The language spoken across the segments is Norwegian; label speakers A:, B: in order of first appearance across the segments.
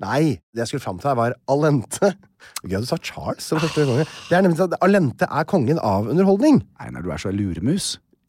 A: Nei, det jeg skulle fram til her, var Alente. Gøy at du sa Charles som første konge. Det er nemlig sånn at Alente er kongen av underholdning.
B: Einar, du er så luremus.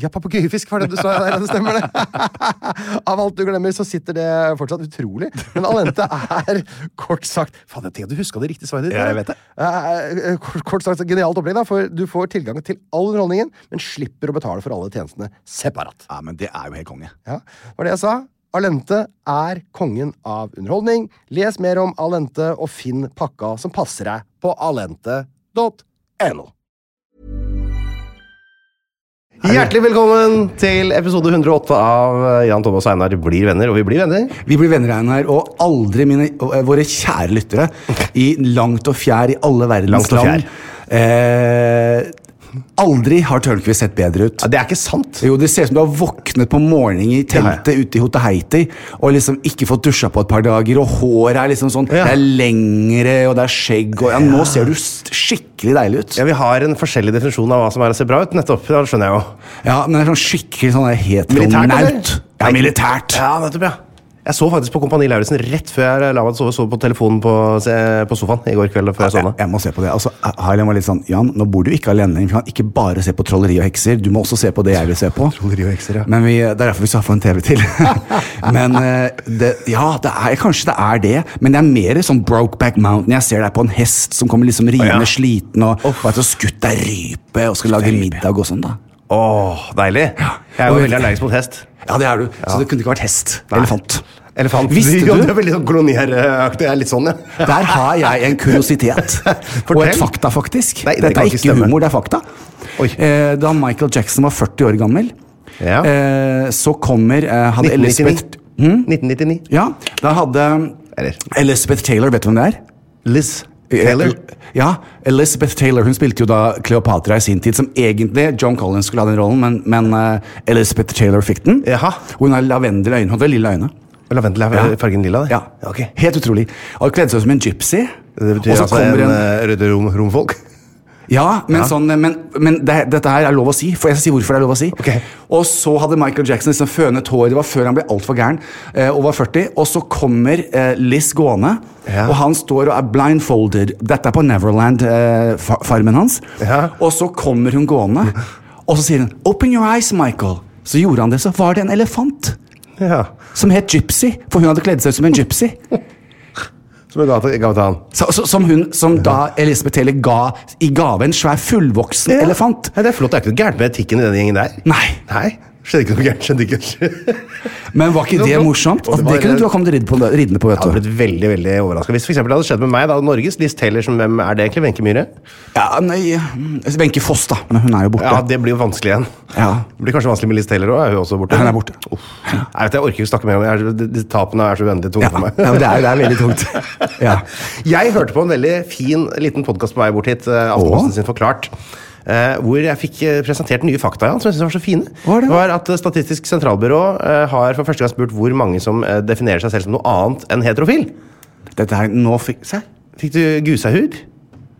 A: Ja, papegøyefisk var det du sa der, ja, det stemmer det. Av alt du glemmer, så sitter det fortsatt utrolig. Men Alente er kort sagt Faen, jeg tenkte du huska det riktige svaret ditt.
B: Ja, jeg vet det.
A: Eh, eh, Kort, kort sagt, genialt opplegg, da, for du får tilgang til all underholdningen, men slipper å betale for alle tjenestene separat.
B: Ja, men det er jo helt konge.
A: Ja, var det jeg sa. Alente er kongen av underholdning. Les mer om Alente og finn pakka som passer deg på alente.no.
C: Hjertelig velkommen til episode 108 av eh, Jan Thomas og Einar blir venner, og vi blir venner.
B: Vi blir venner, Einar, og aldri mine, og, eh, våre kjære lyttere i langt og fjær i alle verdens
C: Langt og
B: land eh, Aldri har Tørnquist sett bedre ut.
C: Ja, det er ikke sant.
B: Jo, Det ser ut som du har våknet på morgenen i teltet ute i Hotaheiti og liksom ikke fått dusja på et par dager, og håret er liksom sånn
C: Ja.
B: Det er lengre, og det er skjegg, og ja, nå ser du s- skikkelig deilig ut.
C: Ja, Vi har en forskjellig definisjon av hva som er å se bra ut. nettopp, ja, det skjønner jeg jo.
B: Ja, men det er sånn skikkelig sånn der heteronaut.
C: eller?
B: Ja, militært.
C: Ja, nettopp, ja. Jeg så faktisk på Kompani Lauritzen rett før jeg la meg sove. Sov på telefonen på, se- på sofaen i går kveld. før jeg
B: Jeg,
C: sovna.
B: jeg må se på det. Altså, Harlem var litt sånn Jan, nå bor du ikke alene lenger. Vi kan ikke bare se på trolleri og hekser. Du må også se på det jeg vil se på.
C: Trolleri og hekser, ja.
B: Men vi, Det er derfor vi skaffa en TV til. men eh, det, ja, det er, kanskje det er det. Men det er mer sånn Brokeback Mountain. Jeg ser deg på en hest som kommer liksom riende
C: ja.
B: sliten og, og etter å ha skutt deg rype og skal lage middag og sånn, da.
C: Åh, deilig. Jeg er
B: Og
C: jo
B: vet-
C: veldig allergisk mot hest.
B: Ja, det er du. Så det kunne ikke vært hest. Elefant.
C: Elefant.
B: Visste
C: Ja,
B: du?
C: Det er veldig sånn koloniheraktig. Jeg er litt sånn, ja.
B: Der har jeg en kuriositet. og
C: Fortell.
B: et fakta, faktisk.
C: Nei, det
B: Dette
C: kan
B: er
C: ikke
B: ikke
C: stemme.
B: humor, det er fakta.
C: Oi.
B: Eh, da Michael Jackson var 40 år gammel,
C: Ja.
B: eh, så kommer eh, hadde
C: 1999.
B: Elizabeth Hm?
C: 1999.
B: Ja, da hadde
C: Eller-
B: Elizabeth Taylor Vet du hvem det er?
C: Liz Taylor.
B: Ja, Elizabeth Taylor hun spilte jo da Cleopatra i sin tid, som egentlig John Collins skulle ha den rollen, men, men eh, Elizabeth Taylor fikk den.
C: Jaha.
B: Hun har lavendel i øynene. Hun hadde lilla øyne.
C: Lavendel er
B: Ja.
C: fargen lilla, det.
B: Ja.
C: ok.
B: Helt utrolig. Og kledde seg ut som en gypsy.
C: Det betyr
B: Og så
C: altså en,
B: kommer
C: eh, røde rom, romfolk?
B: Ja, men, Sånn, men, men det, dette her er lov å si. For jeg skal si hvorfor det er lov å si.
C: Ok.
B: Og så hadde Michael Jackson liksom fønet hår. Det var før han ble altfor gæren. eh, Og var 40 Og så kommer eh, Liz gående,
C: Ja.
B: og han står og er blindfolded. Dette er på Neverland-farmen hans.
C: Ja.
B: Og så kommer hun gående, og så sier hun 'Open your eyes, Michael'. Så gjorde han det, så var det en elefant
C: Ja.
B: som het Gypsy. For hun hadde kledd seg ut som en gypsy.
C: Som jeg ga til ga til han.
B: Så, så, som hun, som da Elisabeth Taylor ga i gave en svær fullvoksen elefant.
C: Ja, det er flott. Det er ikke noe gærent med etikken i den gjengen der.
B: Nei.
C: Nei.
A: Skjedde ikke noe gærent. skjedde ikke.
B: Men var ikke det morsomt? At det kunne du ha kommet ridd på, ridende på,
A: Jeg hadde
B: vet du.
A: blitt veldig veldig overraska hvis for eksempel det hadde skjedd med meg. da, Norges Liz Taylor, som hvem er det egentlig? Wenche Myhre?
B: Ja, nei mm, Wenche Foss, da. Men hun er jo borte.
A: Ja, det blir jo vanskelig igjen.
B: Ja.
A: Det blir kanskje vanskelig med Liz Taylor òg. Er hun også borte?
B: Hun er borte.
A: Uff. Jeg vet, jeg orker ikke snakke mer om det. Jeg er- de- de Tapene er så uendelig tunge
B: Ja,
A: for meg.
B: ja, men det, er, det er veldig tungt. Ja.
A: Jeg hørte på en veldig fin liten podkast på vei bort hit, eh, Aftenposten
B: Åh?
A: sin Forklart. eh, hvor jeg fikk eh, presentert nye fakta ja, som jeg synes var så fine.
B: Hva er det?
A: var At eh, Statistisk sentralbyrå eh, har for første gang spurt hvor mange som eh, definerer seg selv som noe annet enn heterofil.
B: Dette er nå fikk Se.
A: Fikk du gusehud?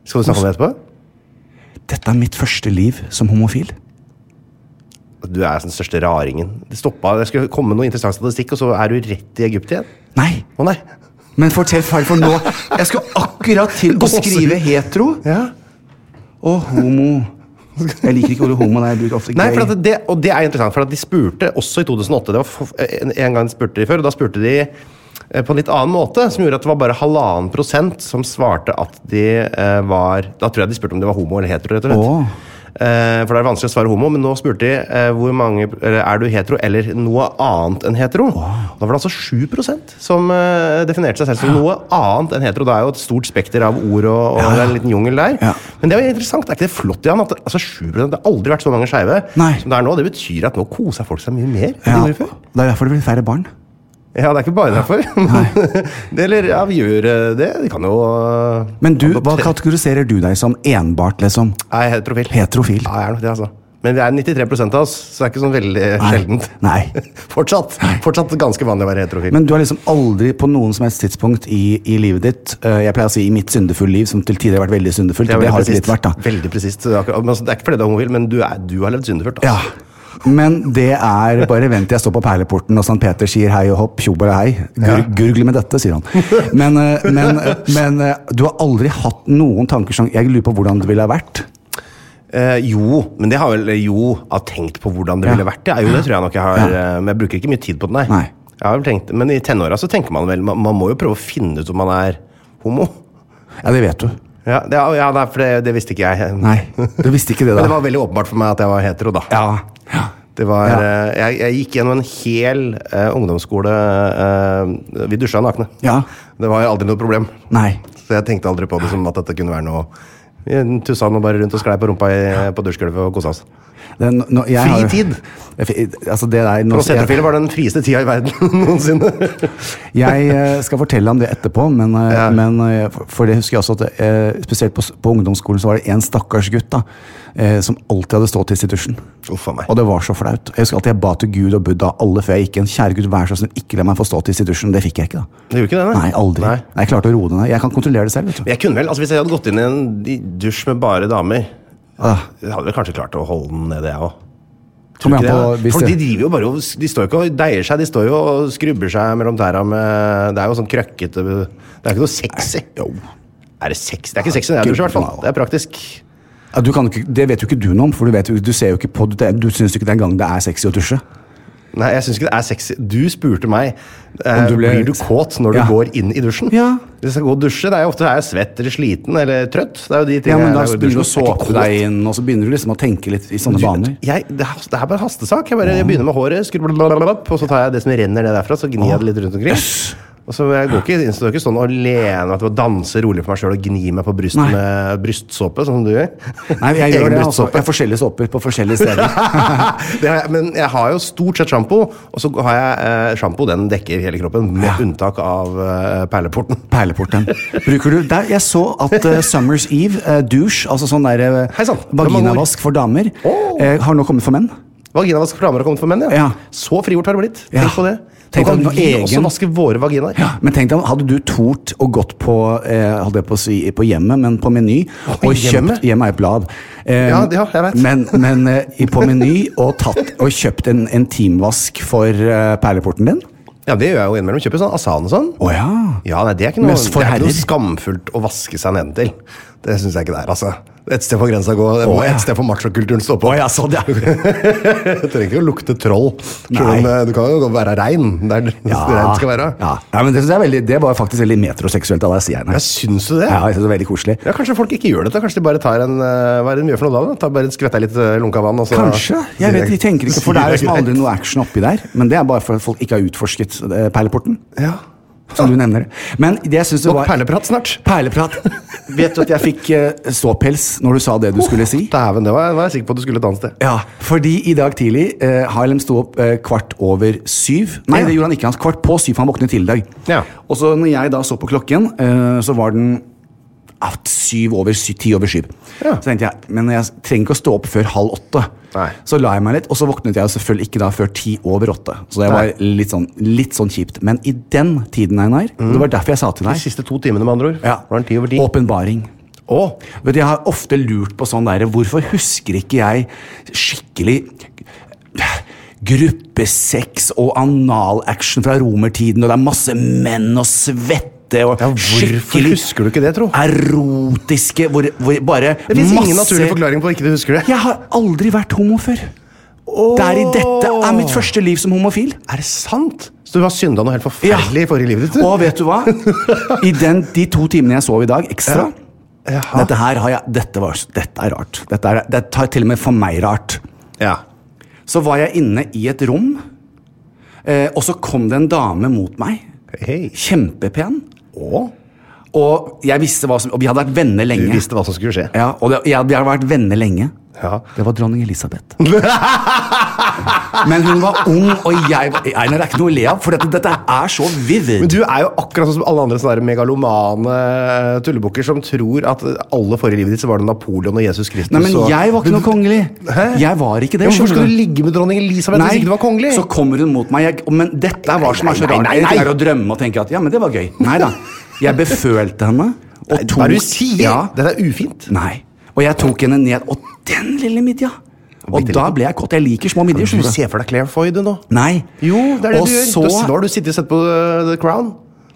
A: Skal du snakke om det etterpå?
B: Dette er mitt første liv som homofil.
A: Du er den største raringen. Det stoppa, det skulle komme noe interessant statistikk, og så er du rett i Egypt igjen.
B: Nei.
A: Å nei.
B: Men fortell feil, for nå Jeg skulle akkurat til å
A: Gåsehud.
B: skrive hetero
A: Ja.
B: og homo. Jeg liker ikke ordet homo. Nei, jeg bruker ofte
A: Nei, for
B: gay.
A: at det, og det er interessant, for at de spurte også i 2008 det var f- en, en gang spurte de før, og da spurte de eh, på en litt annen måte, som gjorde at det var bare halvannen prosent som svarte at de eh, var Da tror jeg de spurte om de var homo eller hetero, rett og slett.
B: Åh.
A: Eh, for det er vanskelig å svare homo, men nå spurte de eh, hvor mange eller er du hetero eller noe annet enn hetero. Da var det altså 7 som eh, definerte seg selv som noe annet enn hetero. Det er jo et stort spekter av ord og, og det er en liten jungel der.
B: Ja.
A: Men det er jo interessant, er ikke det flott, Jan? At det, altså 7 Det har aldri vært så mange skeive
B: Nei.
A: som det er nå. Det betyr at nå koser folk seg mye mer enn
B: Ja,
A: de gjorde før.
B: det er derfor det blir færre barn.
A: Ja, det er ikke bare derfor. det, eller ja, vi gjør eh, det. De kan jo eh,
B: Men du, hva
A: adoptere-
B: kategoriserer du deg som? Enbart, liksom?
A: Nei, heterofil.
B: Heterofil.
A: Ja, jeg er nok det, altså. Men vi er 93 av oss, så det er ikke sånn veldig
B: Nei.
A: sjeldent.
B: Nei.
A: Fortsatt fortsatt ganske vanlig å være heterofil.
B: Men du har liksom aldri på noen som helst tidspunkt i, i livet ditt eh, Jeg pleier å si i mitt syndefulle liv, som til tider har vært veldig syndefullt.
A: det er
B: og
A: veldig
B: Det har det
A: presist.
B: litt vært, da.
A: Veldig presist. Det er akkurat- men altså, det er ikke fordi du er homofil, men du, er, du har levd syndefullt. altså.
B: Ja. Men det er bare vent til jeg står på perleporten og St. Peter sier hei og hopp, tjob eller hei. Gur, Gurgle med dette, sier han. Men, eh, men, eh, men eh, du har aldri hatt noen tanker som Jeg lurer på hvordan det ville ha vært.
A: Eh, jo, men det har vel jo har tenkt på hvordan det
B: Ja.
A: ville vært. Ja, jo, det tror jeg nok jeg har,
B: Ja.
A: eh, men jeg bruker ikke mye tid på det, nei.
B: Nei.
A: Jeg har vel tenkt, men i tenåra så tenker man vel man, man må jo prøve å finne ut om man er homo.
B: Ja, det vet du.
A: Ja, det, ja det, er, for det, det visste ikke jeg.
B: Nei, du visste ikke det
A: Men det
B: da.
A: var veldig åpenbart for meg at jeg var hetero, da.
B: Ja. ja.
A: Det var,
B: Ja.
A: eh, jeg, jeg gikk gjennom en hel eh, ungdomsskole eh, Vi dusja nakne.
B: Ja.
A: Det var aldri noe problem.
B: Nei.
A: Så jeg tenkte aldri på det som at dette kunne være noe Vi tussa nå bare rundt og sklei på rumpa i, på dusjgulvet og kosa oss.
B: Det, nå- nå- jeg har-
A: Fritid.
B: Jeg fi- Altså, det der nå-
A: For oss heterofile var det den frieste tida i verden noensinne.
B: Jeg eh, skal fortelle om det etterpå, men, eh,
A: Ja.
B: men eh, for- for det husker jeg også at eh, spesielt på, s- på ungdomsskolen så var det en stakkars gutt da, eh, som alltid hadde ståtiss i dusjen.
A: Uff a meg.
B: Og det var så flaut. Jeg husker alltid jeg ba til Gud og Buddha alle før jeg gikk inn. Kjære Gud, vær så snill, ikke la meg få ståtiss i dusjen. Det fikk jeg ikke, da.
A: Det gjorde ikke det,
B: Nei, aldri. Nei.
A: Nei.
B: Jeg klarte å roe det ned. Jeg kan kontrollere det selv, vet du.
A: Men Jeg kunne vel, altså Hvis jeg hadde gått inn i en i dusj med bare damer,
B: Ah.
A: jeg hadde vel kanskje klart å holde den nede, jeg òg.
B: Kom igjen på hvis
A: For de
B: det
A: driver jo bare og De står jo ikke og deier seg, de står jo og skrubber seg mellom tæra med Det er jo sånn krøkkete Det er ikke noe sexy. Er det sexy? Det er ikke sexy, det er dusj, i hvert fall. Det er praktisk.
B: ja, du kan ikke, Det vet jo ikke du noe om, for du, vet, jo- du ser jo ikke på Du, du syns jo ikke den gangen det er sexy å dusje.
A: Nei, jeg syns ikke det er sexy. Du spurte meg eh,
B: Om
A: du
B: du ble-
A: blir du kåt når
B: Ja.
A: du går inn i dusjen.
B: Ja.
A: Hvis jeg skal gå og dusje, det er jo ofte er jeg svett eller sliten eller trøtt. Det er jo de
B: Ja,
A: tingene jeg-
B: men Da
A: når jeg går i
B: begynner du å
A: dusjen. Jeg er ikke
B: såpe
A: kåt.
B: deg inn, og så begynner du liksom å tenke litt i sånne vaner.
A: Jeg, det, er- det er bare hastesak. Jeg, bare, jeg begynner med håret, skrur blablabla, og så tar jeg det som renner ned derfra, så gnir jeg det litt rundt omkring. Og så jeg går ikke, jeg står ikke sånn og lener meg til å danse rolig for meg sjøl og gni meg på brystet
B: Nei.
A: med brystsåpe, sånn som du gjør.
B: Nei, jeg gjør
A: Egen
B: det, altså.
A: brystsåpe.
B: Jeg har forskjellige såper på forskjellige steder.
A: det har jeg, men jeg har jo stort sett sjampo, og så har jeg eh, sjampo den dekker hele kroppen, med unntak av eh, perleporten.
B: Perleporten. Bruker du der, Jeg så at eh, Summer's Eve, eh, douche, altså sånn der eh,
A: Hei sann, det var mange
B: vaginavask for damer,
A: Åh.
B: eh, har nå kommet for menn.
A: Vaginavask for damer har kommet for menn, ja.
B: Ja.
A: Så frigjort har det blitt.
B: Ja.
A: Tenk på det.
B: Tenk
A: Nå
B: at
A: kan
B: noe
A: vi også
B: egen-
A: vaske våre vaginaer.
B: Men tenk deg, hadde du tort og gått på eh, holdt jeg på, å si, på hjemmet, men på Meny
A: på
B: og kjøpt
A: hjemmet?
B: Hjemmet er et blad. Eh,
A: Ja, ja, jeg vet.
B: Men, men eh, i- på Meny og, tatt, og kjøpt en intimvask for eh, perleporten din?
A: Ja, det gjør jeg jo innimellom. Kjøper sånn Asan og sånn.
B: Å ja.
A: Ja, nei, det er ikke noe,
B: Mest for
A: det er ikke noe
B: herrer.
A: skamfullt å vaske seg nedentil. Det syns jeg ikke det er, altså. Et sted får grensa gå. Det må
B: Å, ja.
A: Et sted får machokulturen stoppe.
B: Å, ja, sånn, ja.
A: Du trenger ikke å lukte troll. Selv om
B: Nei.
A: eh, du kan jo være rein der rein skal være.
B: Ja. Nei, men det, synes jeg er veldig, det var faktisk veldig metroseksuelt av deg, sier jeg. nå.
A: Jeg syns jo det.
B: Ja,
A: Ja.
B: jeg synes det er veldig koselig.
A: Kanskje folk ikke gjør dette. Kanskje de bare tar en eh, Hva er det de gjør for noe da? da? Tar bare en skvett av litt eh, lunka vann? Og så
B: Kanskje. Jeg vet, jeg tenker ikke, for Det er jo
A: Sier
B: som
A: greit.
B: aldri noe action oppi der. Men det er bare for at folk ikke har utforsket eh, perleporten.
A: Ja.
B: Som du nevner. Men det jeg synes det
A: Nok
B: var
A: perleprat snart.
B: Perleprat. Vet du at jeg fikk eh, ståpels når du sa det du skulle si?
A: Dæven, det var, var jeg sikker på at du skulle et annet sted.
B: Ja, fordi i dag tidlig eh, Harlem sto opp eh, kvart over syv. Nei,
A: Ja.
B: det gjorde han ikke. Han kvart på syv, for han våknet tidlig i dag.
A: Ja.
B: Og så når jeg da så på klokken, eh, så var den ah, syv over syv, ti over syv.
A: Ja.
B: Så tenkte jeg, men jeg trenger ikke å stå opp før halv åtte.
A: Nei.
B: Så la jeg meg litt, og så våknet jeg selvfølgelig ikke da før ti over åtte. Så det var
A: Nei.
B: litt sånn, litt sånn kjipt. Men i den tiden, Einar,
A: Mm.
B: det var derfor jeg sa til
A: De
B: deg
A: siste to timene, med andre ord.
B: ja,
A: Var den ti over ti?
B: Åpenbaring.
A: Å.
B: Vet du, Jeg har ofte lurt på sånn der, Hvorfor husker ikke jeg skikkelig gruppesex og analaction fra romertiden, og det er masse menn og svette og
A: Ja, hvorfor
B: skikkelig
A: husker du ikke det, tro?
B: erotiske hvor, hvor bare
A: Det fins ingen naturlig forklaring på at ikke du husker det.
B: Jeg har aldri vært homo før. Det er i dette er mitt første liv som homofil.
A: Er det sant? Så du har synda noe helt forferdelig i forrige livet ditt? du?
B: Og vet du hva? I den, de to timene jeg sov i dag ekstra
A: Jaha.
B: Dette her har jeg Dette, var, dette er rart. Dette er, det tar til og med for meg rart.
A: Ja.
B: Så var jeg inne i et rom, eh, og så kom det en dame mot meg.
A: Hei.
B: Kjempepen.
A: Å?
B: Og jeg visste hva som Og vi hadde vært venner
A: Du
B: lenge.
A: visste hva som skulle skje.
B: Ja, og det, ja, vi hadde vært venner lenge.
A: Ja.
B: Det var dronning Elisabeth. Men hun var ung, og jeg var Einar, det er ikke noe å le av, for dette, dette er så vivid.
A: Men du er jo akkurat sånn som alle andre sånne der megalomane eh, tullebukker som tror at alle forrige livet ditt så var det Napoleon og Jesus Kristus.
B: Nei, men
A: og-
B: jeg var ikke noe kongelig.
A: Hæ?
B: Jeg var ikke det.
A: Ja, men Hvorfor
B: skjønner
A: skal
B: du?
A: du ligge med dronning Elisabeth hvis
B: Nei,
A: ikke du var kongelig?
B: Så kommer hun mot meg. Jeg, men dette er hva som er så
A: Nei, nei,
B: rart.
A: nei,
B: En ting
A: nei.
B: er å drømme og tenke at ja, men det var gøy. Nei da. Jeg befølte henne. Og
A: Nei,
B: tok,
A: Hva er det du sier?
B: Ja,
A: Dette er ufint.
B: nei. Og jeg tok henne ned. Og den lille midja! Og
A: Bitte
B: da
A: liten.
B: ble jeg kåt. Jeg liker små midjer.
A: Du
B: skjønner du.
A: ser for deg Claire Foy, du nå.
B: Nei.
A: Jo, det er det
B: og
A: du gjør.
B: Så,
A: Da- Da har du sittet og sett på uh, The Crown.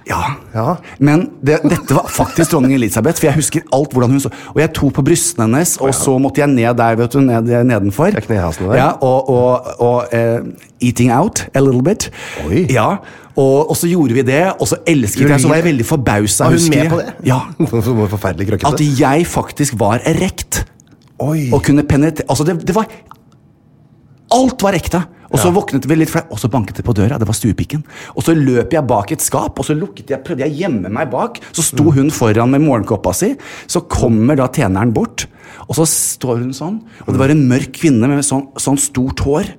B: Ja.
A: Ja.
B: Men det, dette var faktisk dronning Elisabeth, for jeg husker alt hvordan hun så Og jeg tok på brystene hennes, og så måtte jeg ned der, vet du, ned, nedenfor.
A: Det er knehasene der.
B: Ja, og og, og eh, eating out a little bit.
A: Oi.
B: Ja, og, og så gjorde vi det, og så elsket jeg, så var jeg veldig forbausa.
A: Er hun
B: husker
A: med
B: jeg.
A: på det?
B: Ja.
A: Som var forferdelig
B: At
A: krøkkete.
B: jeg faktisk var erekt.
A: Oi.
B: Og kunne penetrere Altså, det, det var Alt var ekte. Og så
A: Ja.
B: våknet vi litt, flau- og så banket det på døra. Det var stuepikken. Og så løp jeg bak et skap, og så lukket jeg, prøvde jeg å gjemme meg bak. Så sto hun foran med morgenkåpa si. Så kommer da tjeneren bort, og så står hun sånn. Og det var en mørk kvinne med sånn, sånn stort hår.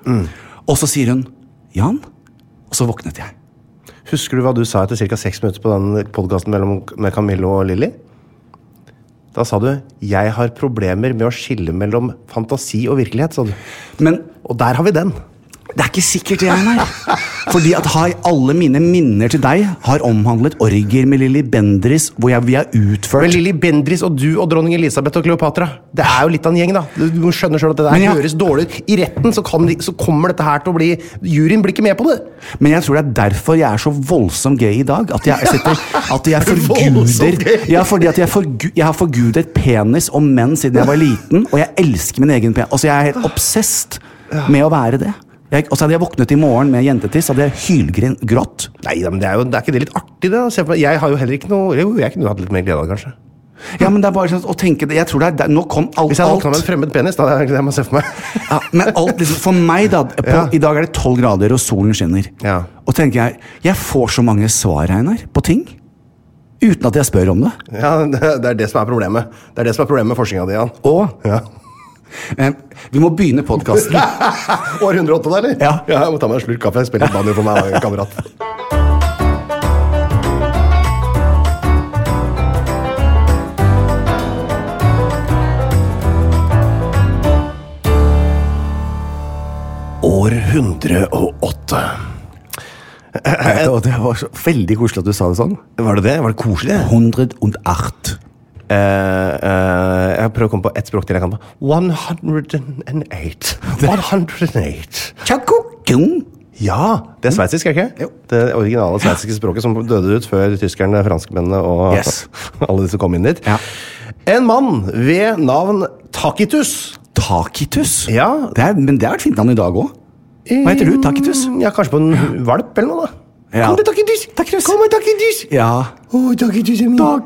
B: Og så sier hun 'Jan', og så våknet jeg.
A: Husker du hva du sa etter ca. seks minutter på den podkasten med Camille og Lilly? Da sa du 'jeg har problemer med å skille mellom fantasi og virkelighet'. sa du.
B: Men
A: Og der har vi den!
B: det er ikke sikkert det, Einar. Fordi at har- alle mine minner til deg har omhandlet orgier med Lilly Bendriss, hvor jeg, vi har utført
A: Men Lilly Bendriss og du og dronning Elisabeth og Kleopatra, det er jo litt av en gjeng, da. Du du skjønner selv at det der
B: Men ja.
A: høres dårlig ut. I retten så, kan de, så kommer dette her til å bli Juryen blir ikke med på det!
B: Men jeg tror det er derfor jeg er så voldsomt gay i dag. At jeg, sitter, at jeg
A: Voldsomt
B: forguder
A: gay.
B: ja, fordi at jeg, forgu, jeg har forgudet penis og menn siden jeg var liten, og jeg elsker min egen penis. Altså, jeg er helt obsesst med å være det. Jeg, og så hadde jeg våknet i morgen med jentetiss, hadde jeg hylgrått.
A: Nei da, men det er jo det er ikke det litt artig, det? da? Se for meg- Jeg har jo heller ikke noe Jo, jeg kunne hatt litt mer glede av det, kanskje.
B: Ja, men det er bare sånn å tenke det. Jeg tror det er, det er Nå kom alt,
A: Hvis jeg hadde våkna med en
B: alt.
A: fremmed penis, da hadde jeg det jeg må se for meg.
B: Ja, men alt liksom, for meg, da. På,
A: Ja.
B: I dag er det tolv grader, og solen skinner.
A: Ja.
B: Og tenker jeg Jeg får så mange svar, Einar, på ting. Uten at jeg spør om det.
A: Ja, det, det er det som er problemet. Det er det som er problemet med forskninga di, Jan.
B: Og
A: Ja.
B: Eh, Vi må begynne podkasten.
A: År 108, da, eller?
B: Ja.
A: Jeg må ta meg en slurk kaffe. Spille litt banjo for meg, da, kamerat. År 108. Eh,
B: Og det var så veldig koselig at du sa det sånn.
A: Var det det? Var det koselig?
B: 108.
A: Eh, eh, jeg prøver å komme på ett språk til jeg kan på. 108. 108.
B: Tjakokung.
A: Ja! Det er sveitsisk, er det ikke?
B: Mm. Jo.
A: Det originale sveitsiske språket som døde ut før tyskerne, franskmennene og
B: Yes.
A: alle de som kom inn dit.
B: Ja.
A: En mann ved navn Takitus.
B: Takitus?
A: Ja.
B: Det er, men det har vært fint navn i dag òg. Hva heter du? Takitus?
A: Ja, kanskje på en valp eller noe, da.
B: Ja.
A: Kom til Takitus!
B: Takitus.
A: Kom her, Takitus!
B: Ja.
A: Åh, Takitus er min. Åh,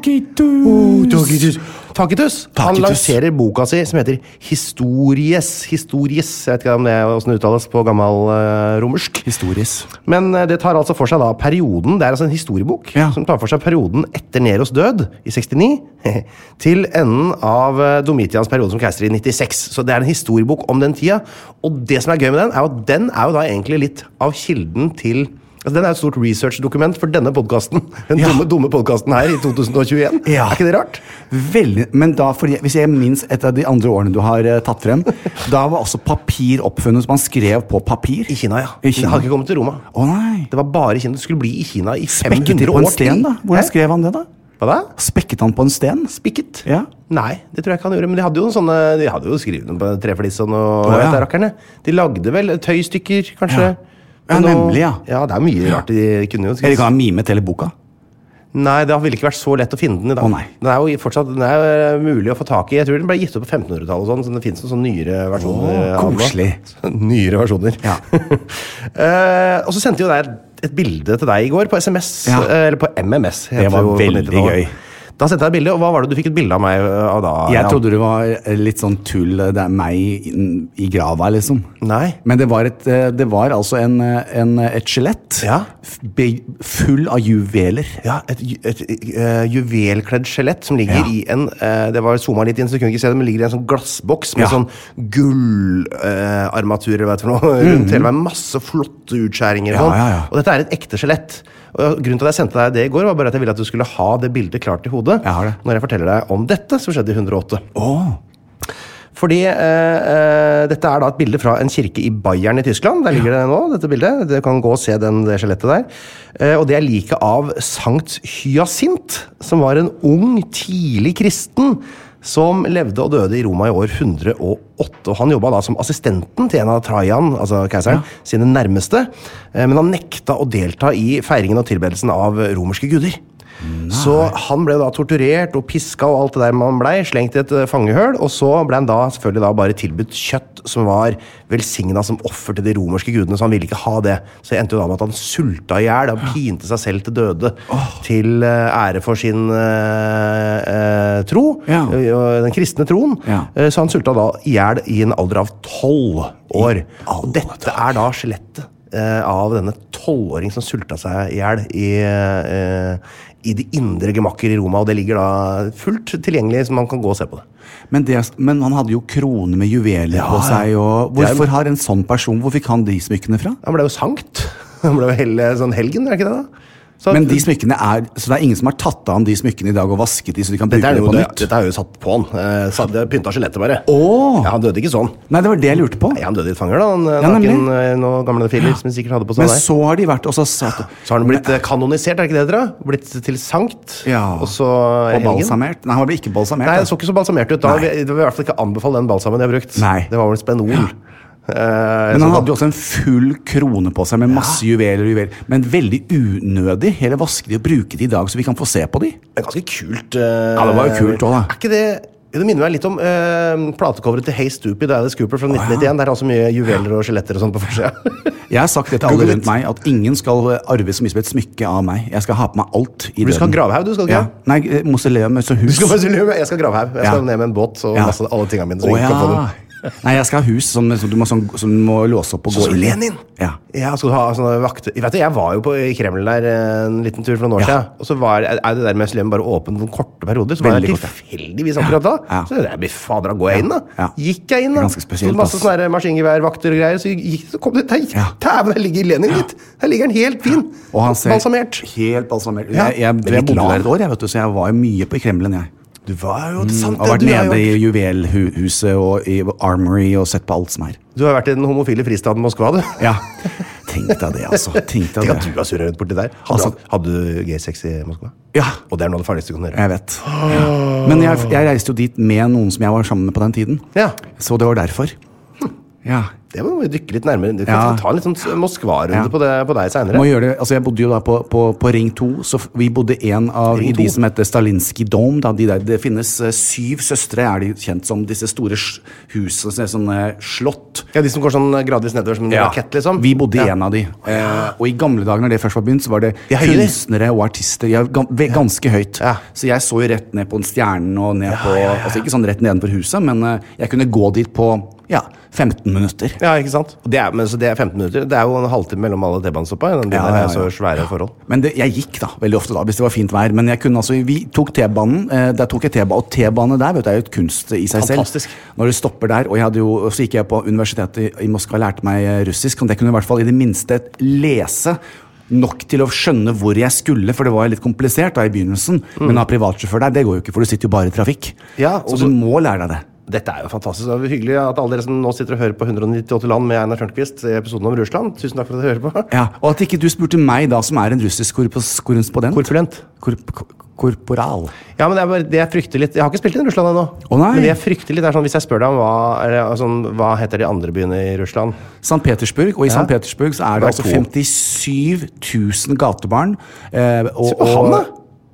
A: Takitus. Takitus. Han
B: Takitus.
A: lanserer boka si som heter Histories. Histories. Jeg vet ikke om det er hvordan det uttales på gammel eh, romersk.
B: Historis.
A: Men eh, det tar altså for seg da perioden, det er altså en historiebok,
B: Ja.
A: som tar for seg perioden etter Neros død i 69 til enden av eh, Domitians periode som keiser i 96. Så det er en historiebok om den tida. Og det som er gøy med den, er jo at den er jo da egentlig litt av kilden til Altså, Den er et stort researchdokument for denne podkasten. Den
B: Ja.
A: dumme, dumme podkasten her i 2021.
B: Ja.
A: Er ikke det rart?
B: Veldig, men da, fordi, hvis jeg minnes et av de andre årene du har eh, tatt frem, da var også papir oppfunnet, så man skrev på papir.
A: I Kina, ja.
B: I Kina.
A: Det hadde ikke kommet til Roma.
B: Å nei.
A: Det var bare i Kina. Det skulle bli i Kina i 500 år
B: Spekket
A: til.
B: de på en sten, da?
A: Hæ?
B: Hvordan skrev han det, da?
A: Hva da?
B: Spekket han på en sten?
A: Spikket?
B: Ja.
A: Nei, det tror jeg ikke han gjorde. Men de hadde jo noen sånne De hadde jo skrevet dem på treflis og noe.
B: Å, ja.
A: vet du, rakkerne. De lagde vel tøystykker, kanskje.
B: Ja. Ja,
A: Og noe-
B: nemlig, ja.
A: ja. Det er mye rart de kunne jo
B: Eller
A: skrive.
B: kan han mimet hele boka?
A: Nei, det ville ikke vært så lett å finne den i dag.
B: Å, nei.
A: Den er jo fortsatt den er jo mulig å få tak i. Jeg tror den ble gitt ut på 1500-tallet, og sånn, så det fins noen sånne nyere versjoner. eh,
B: Å,
A: av den nå.
B: koselig.
A: nyere versjoner.
B: Ja.
A: Eh, og så sendte jo jeg et bilde til deg i går på SMS,
B: Ja.
A: eh, eller på MMS. heter
B: Det var
A: jo på
B: veldig
A: 90-tallet.
B: gøy.
A: Da sendte jeg et bilde, og hva var det du fikk et bilde av meg eh, av da?
B: Jeg
A: Jan?
B: trodde det var eh, litt sånn tull, eh, det er meg i- i grava, liksom.
A: Nei.
B: Men det var, et, eh, det var altså en, eh, en, eh, et skjelett
A: Ja.
B: f- be- full av juveler.
A: Ja, et, ju- et, eh, juvelkledd skjelett som ligger
B: Ja.
A: i en eh, Det var zooma litt inn, så du kunne ikke se det, men ligger i en sånn glassboks med
B: Ja.
A: sånn gullarmaturer uh, for noe rundt hele veien. Masse flotte utskjæringer. og
B: Mhm. Ja,
A: sånn.
B: ja, ja.
A: Og dette er et ekte skjelett. Og Grunnen til at jeg sendte deg det i går, var bare at jeg ville at du skulle ha det bildet klart i hodet
B: Jeg har det.
A: når jeg forteller deg om dette som skjedde i 108.
B: Oh.
A: Fordi eh, eh, dette er da et bilde fra en kirke i Bayern i Tyskland. Der ligger det nå, dette bildet. Du kan gå og se den, det skjelettet der. Eh, og det er liket av Sankt Hyasint, som var en ung, tidlig kristen. Som levde og døde i Roma i år 108. og Han jobba da som assistenten til en av Trajan, altså keiseren, sine nærmeste. eh, Men han nekta å delta i feiringen og tilbedelsen av romerske guder. Så han ble da torturert og piska og alt det der man blei, slengt i et eh, fangehøl, og så ble han da selvfølgelig da bare tilbudt kjøtt som var velsigna som offer til de romerske gudene, så han ville ikke ha det. Så det endte jo da med at han sulta i hjel, han pinte seg selv til døde, til eh, ære for sin eh, eh, tro,
B: Ja.
A: eh, og den kristne troen.
B: Ja.
A: Eh, så han sulta da i hjel i en alder av tolv år. Og
B: alle
A: dette er da skjelettet eh, av denne tolvåring som sulta seg i hjel i, eh, i de indre gemakker i Roma. Og det ligger da fullt tilgjengelig, så man kan gå og se på det.
B: Men, det, men han hadde jo krone med juveler på seg. Og hvorfor har en sånn person Hvor fikk han de smykkene fra?
A: Han ble jo sankt. Han ble jo hele sånn helgen, er ikke det? da? Så,
B: Men de smykkene er, Så det er ingen som har tatt av ham de smykkene i dag og vasket de, så de kan bruke
A: dette, er
B: det
A: jo,
B: på
A: det,
B: nytt?
A: dette er jo satt på han. Eh, satt, det er pynta skjelettet, bare.
B: Åh!
A: Ja, han døde ikke sånn.
B: Nei, det var det jeg lurte på.
A: Nei, han døde i et fanger, da. Han,
B: Ja, nemlig.
A: naken, eh, noen gamle filler som sikkert hadde på seg
B: Men
A: der.
B: så har de vært og så satt
A: Så har han blitt eh, kanonisert, er det ikke det dere? har? Blitt til sankt.
B: Ja.
A: Og så
B: og
A: helgen.
B: balsamert. Nei, han ble ikke balsamert.
A: Nei,
B: da.
A: det så ikke så balsamert ut da.
B: Nei.
A: Vi- Det vil i hvert fall ikke anbefale den balsamen jeg har brukt.
B: Nei.
A: Det var vel Spenol. Eh,
B: Men
A: så
B: han
A: da-
B: hadde jo også en full krone på seg med masse juveler og juveler. Men veldig unødig. Hele vaske de og bruke de i dag, så vi kan få se på de.
A: det er ganske kult. eh,
B: Ja, det var jo kult også, da.
A: Er ikke det det minner meg litt om eh, platecoveret til Hey Stupid og Alice Cooper fra 1991. Der er også mye juveler og skjeletter og sånn på forsida.
B: Jeg har sagt det til alle
A: Google it.
B: rundt meg, at ingen skal eh, arve så mye som et smykke av meg. Jeg skal ha på meg alt i
A: Du skal ha gravhaug, du skal ikke
B: Ja.
A: det?
B: Nei, eh, mausoleum, altså hus.
A: Du skal bare si, Jeg skal gravhaug. Jeg skal
B: Ja.
A: ned med en båt og
B: Ja.
A: masse, alle tingene mine. Så
B: Å,
A: ingen kan få dem.
B: ja. Nei, jeg skal ha hus som, som, du må, sånn- som du må låse opp og
A: Sånn
B: gå
A: som
B: inn i.
A: Lenin.
B: Ja.
A: Ja, skal du ha sånne vakter Vet du, Jeg var jo på, i Kreml der eh, en liten tur for noen år
B: Ja.
A: siden. Og så var, er det der med muslimer bare åpent noen korte perioder. Så var
B: Veldig
A: jeg
B: kort, ja.
A: tilfeldigvis akkurat da.
B: Ja.
A: Så jeg, blir fader, da går jeg inn, da.
B: Ja.
A: Gikk jeg inn, da.
B: Ganske spesielt,
A: Stod masse
B: ass.
A: sånne der maskingeværvakter og greier. Så, gikk, så kom det Nei,
B: Ja.
A: dæven, der ligger Lenin, gitt! Der ligger han helt fin!
B: Og han ser
A: Balsamert.
B: Helt balsamert.
A: Ja.
B: Jeg, jeg,
A: Men
B: jeg,
A: litt
B: bodde
A: lav.
B: der et år, jeg, vet du, så jeg var jo mye på Kremlen, jeg.
A: Du var jo det er sant,
B: Mm, Og har vært
A: det, du, har
B: nede
A: jo-
B: i juvelhuset og i Armory og sett på alt som er.
A: du har vært i den homofile fristaden Moskva, du.
B: Ja. Tenk deg det, altså. Tenk
A: Tenk
B: deg
A: at du
B: det.
A: har surra rundt borti der. Hadde,
B: Altså-
A: du- hadde du G6 i Moskva?
B: Ja.
A: Og det er noe av det farligste du kan gjøre.
B: Jeg vet. Ja. Men jeg, jeg reiste jo dit med noen som jeg var sammen med på den tiden.
A: Ja.
B: Så det var derfor. Ja.
A: Det må vi dykke litt nærmere inn i. Du kan
B: Ja.
A: ta en litt sånn Moskva-runde
B: Ja.
A: på, det- på deg
B: Må
A: seinere.
B: gjøre det. Altså, jeg bodde jo da på, på, på Ring 2, så f- vi bodde en av i de som heter Stalinski Dome. Da, de der, det finnes eh, syv søstre, er de kjent som, disse store sj- husene, sånne, sånne slott.
A: Ja, de som går sånn gradvis nedover som en rakett, liksom.
B: Vi bodde i
A: Ja.
B: en av de. Eh, og i gamle dager når det først var begynt, så var det
A: er høye, de.
B: kunstnere og artister. Ja, gam- ve- ganske høyt.
A: Ja.
B: Så jeg så jo rett ned på en stjerne og ned på Altså ikke sånn rett nedenfor huset, men eh, jeg kunne gå dit på ja, 15 minutter.
A: Ja, ikke sant? Og Det er, men, så det er 15 minutter. Det er jo en halvtime mellom alle T-banestoppa. i Den byen
B: Ja,
A: der,
B: ja,
A: det er
B: ja.
A: Så svære forhold.
B: Men det, jeg gikk da, veldig ofte da, hvis det var fint vær. Men jeg kunne altså, vi tok T-banen. Eh, der tok jeg T-banen, Og T-bane der vet du, er jo et kunst i seg
A: Fantastisk.
B: selv. Når du stopper der, og jeg hadde jo, og Så gikk jeg på universitetet i, i Moskva og lærte meg eh, russisk. Og det kunne jeg i hvert fall i det minste lese. Nok til å skjønne hvor jeg skulle, for det var litt komplisert da i begynnelsen. Men å ha privatsjåfør der, det går jo ikke, for du sitter jo bare i trafikk.
A: Ja, og
B: så du må lære deg det.
A: Dette er jo fantastisk. Det er hyggelig at alle dere som nå sitter og hører på 198 land med Einar Tørnquist i episoden om Russland. Tusen takk for at dere hører på.
B: Ja, Og at ikke du spurte meg, da, som er en russisk korpos- korrespondent.
A: Korpulent.
B: Korp- kor- korporal.
A: Ja, men det er bare det jeg frykter litt. Jeg har ikke spilt inn i Russland ennå.
B: Å, nei.
A: Men det jeg frykter litt er sånn, hvis jeg spør deg om hva, eller, altså, hva heter de andre byene i Russland
B: St. Petersburg, og i St. Petersburg så er
A: Det er
B: det altså
A: to.
B: 57 000 gatebarn. Eh, og,
A: Se på han, da!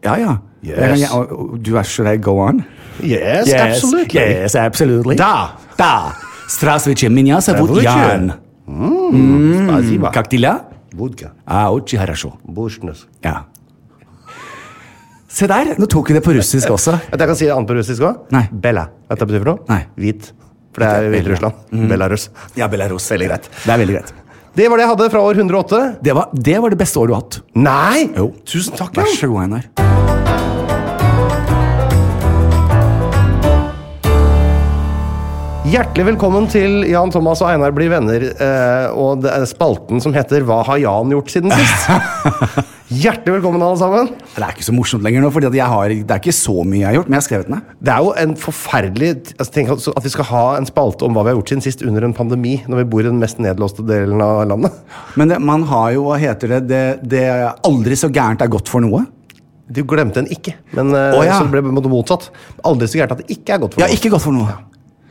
B: Ja, ja.
A: Yes.
B: Jeg kan- jeg- og- og du er should I go on?
A: Yes, absolutely.
B: Yes, absolutely.
A: Da.
B: Da. Здравствуйте, меня зовут
A: Здравствуйте.
B: Ян. Mm.
A: Спасибо.
B: Как дела?
A: Altså, Vodka.
B: А, очень хорошо.
A: Bushnes.
B: Ja. Se der, nå tok vi det på russisk også.
A: Vet du, jeg kan si det annet på russisk òg?
B: Nei.
A: Bella. Vet du hva det betyr for noe?
B: Nei. Mm.
A: Hvit. For det er jo Hviterussland. Belarus.
B: Ja, Belarus.
A: Veldig greit.
B: Det er veldig greit.
A: Det var det jeg hadde fra år 108.
B: Det var det, var det beste året du har hatt.
A: Nei!
B: Jo.
A: Tusen takk,
B: Vær
A: Jan.
B: så god, Einar.
A: Hjertelig velkommen til Jan Thomas og Einar blir venner, eh, og det er spalten som heter Hva har Jan gjort siden sist? Hjertelig velkommen, alle sammen.
B: Det er ikke så morsomt lenger nå, for det er ikke så mye jeg har gjort, men jeg har skrevet den ned.
A: Det er jo en forferdelig altså, Tenk altså at vi skal ha en spalte om hva vi har gjort siden sist under en pandemi, når vi bor i den mest nedlåste delen av landet.
B: Men det, man har jo, hva heter det, det, det Aldri så gærent er godt for noe.
A: Du glemte en ikke, men eh,
B: Å, ja.
A: så det ble på en måte motsatt. Aldri så gærent at det ikke er godt for
B: Ja, ikke godt for noe.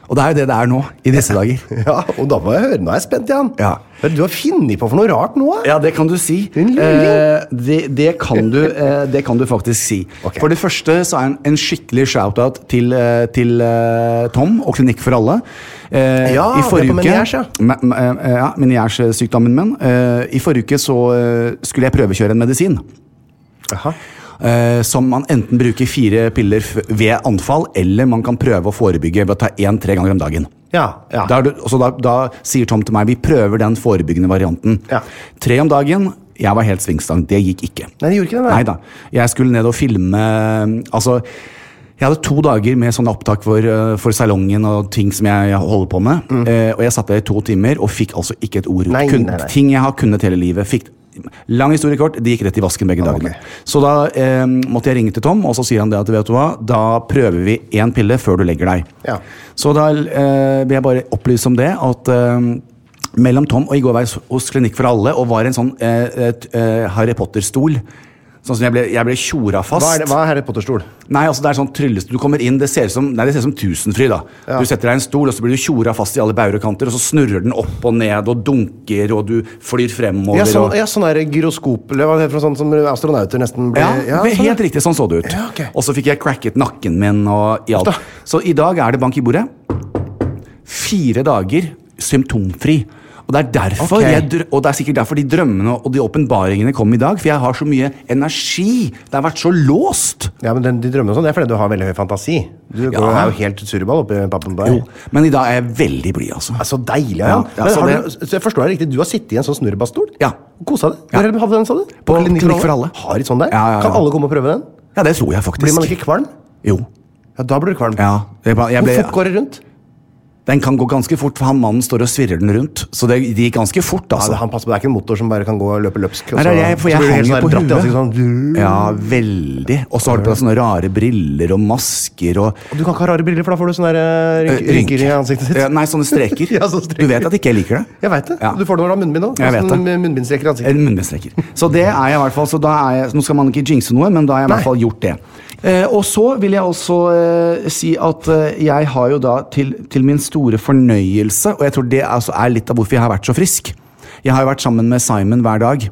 B: Og det er jo det det er nå, i disse dager.
A: Ja, og da må jeg høre. Nå er jeg spent, Jan.
B: Ja.
A: Hva er det du har funnet på for noe rart nå?
B: Ja, det kan du si.
A: Din luring.
B: Eh, det, det, kan du, eh, det kan du faktisk si.
A: Ok.
B: For det første så er en, en skikkelig shout-out til, eh, til eh, Tom og Klinikk for alle. Eh,
A: Ja, det er på Meniers, ja.
B: Me- me- eh, ja, Meniers-sykdommen min. Eh, I forrige uke så eh, skulle jeg prøvekjøre en medisin.
A: Jaha.
B: Eh, som man enten bruker fire piller f ved anfall, eller man kan prøve å forebygge ved å ta én tre ganger om dagen.
A: Ja, ja.
B: Da, er du, så da, da sier Tom til meg vi prøver den forebyggende varianten.
A: Ja.
B: Tre om dagen. Jeg var helt svingstang. Det gikk ikke.
A: Nei, det gjorde ikke det, nei.
B: Nei da. Jeg skulle ned og filme Altså, jeg hadde to dager med sånne opptak for, eh, for salongen og ting som jeg, jeg holder på med. Eh, og jeg satt der i to timer og fikk altså ikke et ord ut.
A: Mm. Nei,
B: Kun-
A: nei, nei.
B: Ting jeg har kunnet hele livet. Fikk Lang historie kort, det gikk rett i
A: Ah,
B: vasken begge dagene. Så da eh, måtte jeg ringe til Tom, og så sier han det at vet du hva, da prøver vi én pille før du legger deg.
A: Ja.
B: Så da eh, vil jeg bare opplyse om det at eh, mellom Tom og i går var jeg hos Klinikk for alle og var i en sånn eh, et, eh, Harry Potter-stol. Sånn som jeg ble, jeg ble tjora fast.
A: Hva er, det, hva er Harry Potter-stol?
B: Nei, altså det er sånn tryllest Du kommer inn, det ser ut som, nei, det ser ut som tusenfryd da Du setter deg i en stol, og så blir du tjora fast i alle baurekanter Og så snurrer den opp og ned og dunker Og du flyr fremover
A: Ja, sånn,
B: og...
A: ja, sånn der gyroskop eller hva det heter, for sånn som astronauter nesten blir
B: Ja, men
A: sånn,
B: helt riktig, sånn så det ut
A: Ja, ok.
B: Og så fikk jeg cracket nakken min og i alt
A: Uff da.
B: Så i dag er det bank i bordet Fire dager symptomfri og det, er
A: Ok.
B: derfor jeg, drø- og det er sikkert derfor de drømmene og de åpenbaringene kom i dag. For jeg har så mye energi. Det har vært så låst.
A: Ja, men den, De drømmer og sånn, det er fordi du har veldig høy fantasi. Du går,
B: Ja.
A: er jo helt surreball oppi pappen der.
B: Jo, men i dag er jeg veldig blid, altså.
A: Det er Så deilig, ja.
B: Ja, ja,
A: men
B: så
A: har
B: det-
A: du, så jeg forstår deg riktig, du har sittet i en sånn snurrebassstol?
B: Ja.
A: Og Kosa deg?
B: Ja.
A: Hvor er det- hadde du den, sa du?
B: På Klinikk for alle.
A: Har de sånn der?
B: Ja, ja, ja.
A: Kan alle komme og prøve den?
B: Ja, det tror jeg faktisk.
A: Blir man ikke kvalm?
B: Jo.
A: Ja, da blir du kvalm.
B: Ja, jeg, ba- jeg
A: Hvor
B: ble,
A: fort går det rundt?
B: den kan gå ganske fort, for han mannen står og svirrer den rundt. Så det, det gikk ganske fort,
A: Ja,
B: altså.
A: det, han passer på, det er ikke en motor som bare kan gå og løpe løpsk. og
B: Nei,
A: så-
B: det er jeg,
A: så
B: for jeg
A: blir du
B: hang
A: helt
B: jo
A: sånn
B: på
A: der dratt i
B: huet.
A: ansiktet, sånn.
B: Ja, veldig. veldig. Og så har de på deg sånne rare briller og masker og
A: Og Du kan ikke ha rare briller, for da får du sånne der, eh,
B: eh,
A: rynker, rynker i ansiktet sitt.
B: Eh, Nei, sånne streker.
A: Ja, sånne streker.
B: Du vet at ikke jeg liker det?
A: Jeg veit det.
B: Ja.
A: Du får det når du har munnbind òg.
B: Jeg vet det.
A: Munnbindstreker i ansiktet.
B: En munnbindstreker. Så det er jeg i hvert fall. Så da er jeg, nå skal man ikke jinxe noe, men da har jeg i hvert fall gjort det. Eh, og så vil jeg også eh, si at eh, jeg har jo da til, til min store fornøyelse, og jeg tror det er- altså er litt av hvorfor jeg har vært så frisk Jeg har jo vært sammen med Simon hver dag.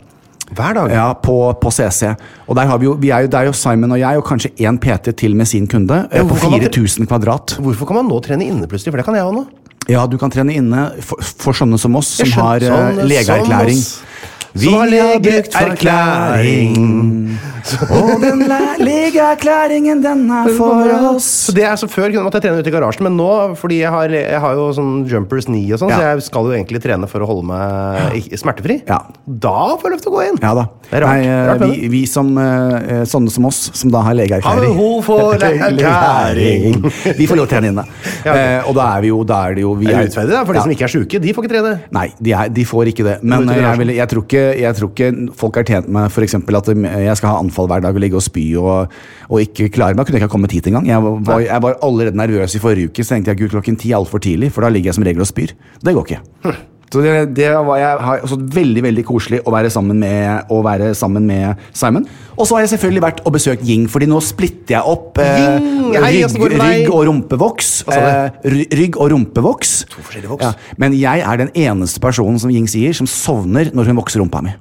A: Hver dag.
B: Eh, Ja, på, på CC. Og der har vi jo, vi er jo, det er jo Simon og jeg og kanskje én PT til med sin kunde. eh,
A: Men
B: på
A: hvorfor kan man-
B: 4000 kvadrat.
A: Hvorfor kan man nå trene inne plutselig? For det kan jeg òg nå.
B: Ja, du kan trene inne for, for sånne som oss, som
A: Jeg
B: har
A: skjønner.
B: eh,
A: Sånn,
B: legeerklæring.
A: sånn oss. Som har legeerklæring.
B: Og den le- legeerklæringen, den er for oss.
A: Så det er så Før kunne man måtte jeg trene ute i garasjen, men nå, fordi jeg har, jeg har jo sånn jumpers knee og sånn,
B: Ja.
A: så jeg skal jo egentlig trene for å holde meg ikke- smertefri.
B: Ja.
A: Da får jeg lov til å gå inn!
B: Ja da.
A: Det er rart.
B: Nei, eh,
A: Rart, men-
B: vi, vi som eh, eh, sånne som oss, som da har
A: Har
B: legeerklæring
A: behov for legeerklæring.
B: Vi får lov til å trene inne.
A: Ja, ok.
B: Eh, og da er vi jo Da er det jo vi
A: Det er
B: er-
A: urettferdig, da, for de
B: Ja.
A: som ikke er sjuke, de får ikke trene.
B: Nei, de, er, de får ikke det. Men
A: Ute i
B: eh, jeg,
A: garasjen.
B: vil, jeg, tror ikke, jeg tror ikke folk er tjent med for eksempel at eh, jeg skal ha anfall hver dag og ligge og spy og, og ikke klare meg. Kunne jeg ikke ha kommet hit engang. Jeg var, jeg var allerede nervøs i forrige uke, så tenkte jeg gud, klokken ti er altfor tidlig, for da ligger jeg som regel og spyr. Det går ikke. Hm. Så det, det var jeg har også veldig veldig koselig å være, sammen med, å være sammen med Simon. Og så har jeg selvfølgelig vært og besøkt Ying, fordi nå splitter jeg opp eh,
A: Ying! Hei,
B: rygg,
A: åssen går det med deg?
B: rygg og rumpevoks.
A: sa
B: Eh, ry- rygg og rumpevoks.
A: To forskjellige voks.
B: Ja. Men jeg er den eneste personen som Ying sier, som sovner når hun vokser rumpa mi.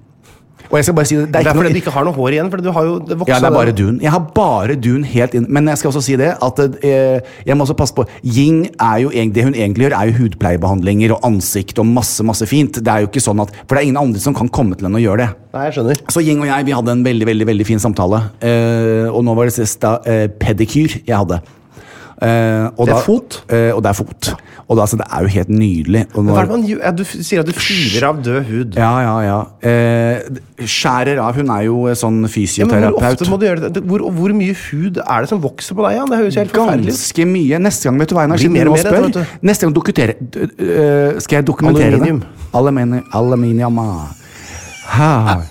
B: Og jeg skal bare si det, det
A: Det
B: er
A: er
B: ikke
A: fordi du
B: noe
A: ikke har noe hår igjen. For du har jo det vokser
B: ja, det er
A: av
B: bare dun. Jeg har bare dun helt inn. Men jeg skal også si det at eh, jeg må også passe på Ying er jo egentlig, Det hun egentlig gjør, er jo hudpleiebehandlinger og ansikt og masse, masse fint. Det er jo ikke sånn at For det er ingen andre som kan komme til henne og gjøre det.
A: Nei, jeg skjønner.
B: Så Ying og jeg vi hadde en veldig veldig, veldig fin samtale. Eh, og nå var det sist da eh, pedikyr jeg hadde. Eh, og
A: Det er fot?
B: eh, og det er fot. Og da, så det er jo helt nydelig.
A: Hva
B: Og når-
A: er det man, gjør? ja, du f- sier at du fyrer av død hud.
B: Ja, ja, ja. Eh, skjærer av. Hun er jo eh, sånn
A: Ja, men hvor
B: fysioterapeut.
A: ofte må du gjøre det? Hvor, hvor mye hud er det som vokser på deg? Jan? Det høres jo helt forferdelig ut.
B: Ganske mye. Neste gang vet du hva Einar,
A: Blir
B: siden
A: mer
B: du nå
A: og mer
B: spør.
A: dette, vet
B: Neste gang dokutere, d- øh, skal jeg dokumentere
A: Aluminium.
B: det. Aluminium. Aluminium. ah. Ha.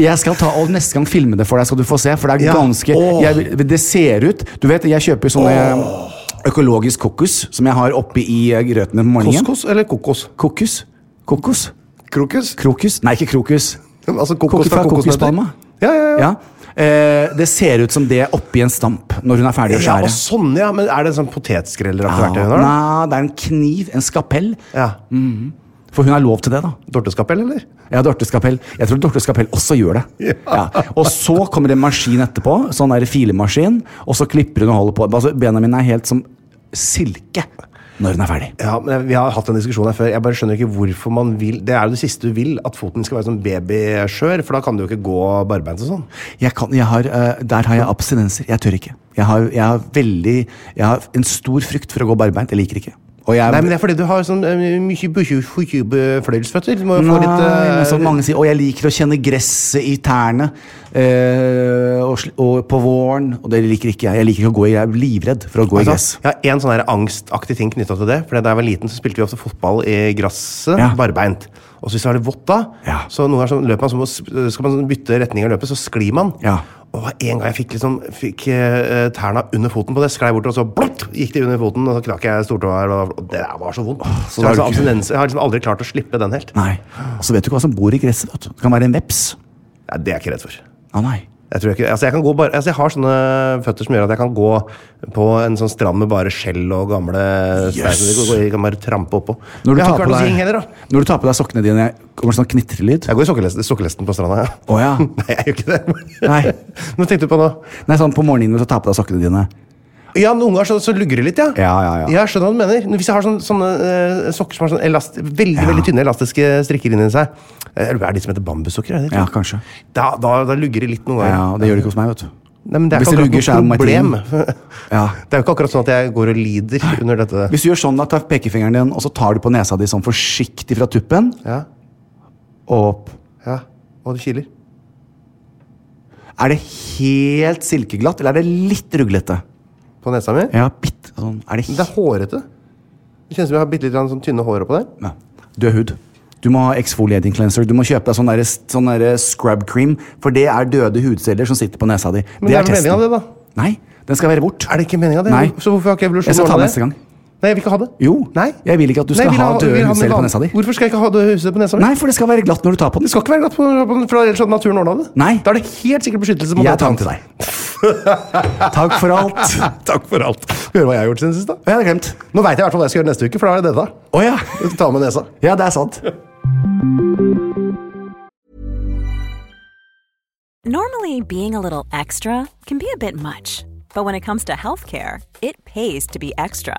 B: Jeg skal ta og neste gang filme det for deg, skal du få se. For det er
A: Ja.
B: ganske
A: Åh.
B: jeg, Det ser ut Du vet, jeg kjøper sånne økologisk kokos som jeg har oppi i eh, grøtene på morgenen.
A: Koskos eller kokos?
B: Kokos? Kokos?
A: Krokus?
B: Krokus? Nei, ikke krokus.
A: Altså kokos
B: Kokos fra
A: fra kokosnøtter?
B: kokospalma.
A: Ja, ja, ja.
B: Ja. Eh, det ser ut som det oppi en stamp når hun er ferdig å
A: Ja, og
B: skjære.
A: sånn, ja. Men er det en sånn potetskreller av
B: Ja,
A: verktøy hun har? da?
B: Ah, nei, Mm. det er en kniv, en skapell.
A: Ja.
B: For hun har lov til det, da.
A: Dorteskapell, eller?
B: Ja, Dorte skapell. Jeg tror Dorte skapell også gjør det.
A: Ja.
B: Og så kommer det en maskin etterpå, sånn der filemaskin, og så klipper hun og holder på. Altså, Bena mine er helt som silke når hun er ferdig.
A: Ja, men jeg- Vi har hatt den diskusjonen her før. Jeg bare skjønner ikke hvorfor man vil Det er jo det siste du vil, at foten skal være sånn babyskjør, for da kan du jo ikke gå barbeint og sånn.
B: Jeg kan, jeg har, eh, der har jeg abstinenser. Jeg tør ikke. Jeg har, jeg har veldig Jeg har en stor frykt for å gå barbeint. Jeg liker ikke. Og jeg,
A: Nei, men det er fordi du har sånn eh, mye bukkje- bukkje- fløyelsføtter. Du må jo
B: Nei,
A: få litt eh,
B: men som mange sier, og jeg liker å kjenne gresset i tærne eh, og, sl- og på våren. Og det liker ikke jeg. Jeg liker ikke å gå i, jeg er livredd for å gå i gress.
A: Altså, jeg har en sånn her angstaktig ting knytta til det. Fordi Da jeg var liten, så spilte vi ofte fotball i gresset,
B: Ja.
A: barbeint. Og så hvis det er litt vått da,
B: Ja.
A: så noen ganger så løper man, så må, skal man sånn bytte retning av løpet, så sklir man.
B: Ja.
A: Og en gang jeg fikk, liksom, fikk eh, tærne under foten på det, sklei bort, og så blott, gikk de under foten, og så knakk jeg stortåa. og Det der var så vondt. så
B: så
A: jeg, har sånn
B: da er du ikke-
A: abstinens- jeg har liksom aldri klart å slippe den helt.
B: Nei. Og så vet du ikke hva som bor i gresset. Vet du. Det kan være en veps.
A: Nei, det er jeg ikke redd for.
B: Å nei.
A: Jeg, tror ikke, altså jeg, kan gå bare, altså jeg har sånne føtter som gjør at jeg kan gå på en sånn strand med bare skjell og gamle steiner.
B: Yes.
A: Jeg kan- Jeg kan bare trampe oppå.
B: Når du,
A: jeg
B: tar
A: har ikke
B: på
A: vært hos
B: deg,
A: Ying heller, da.
B: når du tar på deg sokkene dine, kommer det sånn knitrelyd?
A: Jeg går i sokkelesten, sokkelesten på stranda, ja.
B: Å ja.
A: Nei, jeg gjør ikke det.
B: Nei.
A: Nå tenkte du på nå.
B: Nei, sånn på morgenen når du tar på deg sokkene dine.
A: Ja, noen ganger så, så lugger det litt, ja.
B: Ja, ja, ja.
A: Jeg skjønner hva du mener. Hvis jeg har sånne, sånne eh, sokker som har sånn elast, veldig veldig tynne elastiske strikker inni seg Eh, Er det de som heter bambussokker? er det det?
B: Ja, kanskje.
A: Da, da, da lugger det litt noen ganger.
B: Ja, Det gjør det ikke hos meg, vet du.
A: Nei, men det er
B: Hvis
A: ikke
B: det lugger, så er
A: akkurat noe
B: det
A: problem.
B: Martin. Ja.
A: Det er jo ikke akkurat sånn at jeg går og lider under dette.
B: Hvis du gjør sånn, da tar pekefingeren din, og så tar du på nesa di sånn forsiktig fra tuppen
A: Ja,
B: og opp.
A: ja. Og det kiler.
B: Er det helt silkeglatt, eller er det litt ruglete?
A: På nesa mi?
B: Ja, bitt, sånn. Er det
A: Det er
B: helt
A: hårete. Det kjennes som jeg har bitte litt sånn tynne hår oppå der.
B: Nei. Du er hud. Du Du må ha exfoliating cleanser, du må kjøpe deg sånn, der, sånn der scrub cream, for det er døde hudceller som sitter på nesa di.
A: Men det er vel meningen av det, da?
B: Nei, den skal være bort.
A: Er det ikke meninga, det?
B: Nei.
A: Så hvorfor har ikke evolusjonen
B: Jeg skal ta
A: ordnet
B: neste gang.
A: Nei, jeg vil ikke ha det.
B: Jo,
A: Nei.
B: jeg vil ikke at du
A: Nei,
B: skal
A: jeg vil
B: ha døde
A: jeg vil ha den
B: hudceller på
A: van-
B: nesa di.
A: Hvorfor skal jeg ikke ha døde hudceller på nesa mi?
B: Nei, for det skal være glatt når du tar på
A: Det
B: den.
A: skal ikke være glatt på, på den, for ellers hadde naturen ordna det.
B: Nei.
A: Da er det helt sikkert beskyttelse mot
B: Jeg tar den til deg. Takk for alt.
A: Takk for alt. Hør hva jeg har gjort siden sist, da.
B: Jeg hadde glemt.
A: Nå veit jeg i hvert fall hva jeg skal gjøre neste uke, for da er det dette.
B: Å ja.
A: Ta med nesa.
B: Ja, det er sant.
D: Normally, being a little extra can be a bit much, but when it comes to healthcare, it pays to be extra.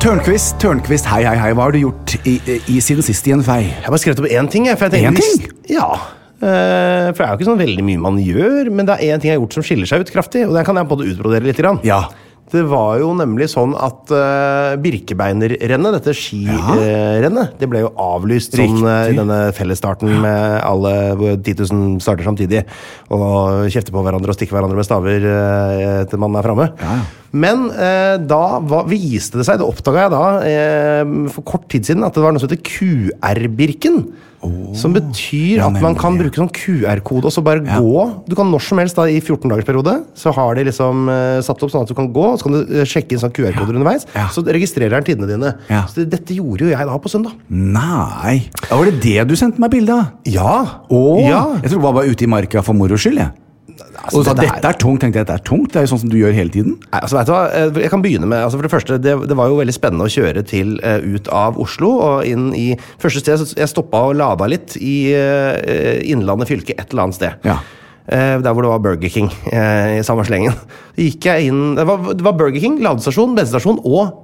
B: Tørnquist, Tørnquist, hei, hei, hei. Hva har du gjort i, i siden sist i en fei?
A: Jeg har bare skrevet opp én ting. Jeg, for jeg tenkte,
B: Én ting?
A: Ja. Eh, for det er jo ikke sånn veldig mye man gjør, men det er én ting jeg har gjort som skiller seg ut kraftig, og den kan jeg på en måte utbrodere litt. Grann.
B: Ja.
A: Det var jo nemlig sånn at eh, Birkebeinerrennet, dette skirennet, det ble jo avlyst sånn, eh, i
B: Riktig.
A: denne fellesstarten med alle hvor 10 000 starter samtidig og kjefter på hverandre og stikker hverandre med staver eh, til man er framme. Men eh, da var, viste det seg, det oppdaga jeg da eh, for kort tid siden, at det var noe som heter QR-Birken. som betyr
B: ja,
A: at man kan
B: nemlig.
A: bruke sånn QR-kode og så bare gå. Du kan når som helst da i 14-dagersperiode, så har de liksom eh, satt opp sånn at du kan gå, og så kan du eh, sjekke inn sånn QR-koder underveis.
B: Ja.
A: Så registrerer den tidene dine.
B: Ja.
A: Så det- dette gjorde jo jeg da på søndag.
B: Nei. Ja, var det det du sendte meg bilde av?
A: Ja!
B: Å,
A: ja.
B: Jeg trodde du var bare ute i marka for moro skyld. jeg. og du sa,
A: dette er-
B: Altså, dette er tungt, tenkte jeg. Dette er tungt, det er jo sånn som du gjør hele tiden.
A: Nei, altså vet du hva, Eh, jeg kan begynne med, altså for Det første, det, det var jo veldig spennende å kjøre til eh, ut av Oslo og inn i Første sted så jeg stoppa og lada litt i eh, Innlandet fylke et eller annet sted.
B: Ja.
A: Eh, der hvor det var Burger King eh, i samme slengen. Så gikk jeg inn, det var, det var Burger King, ladestasjon, bensinstasjon og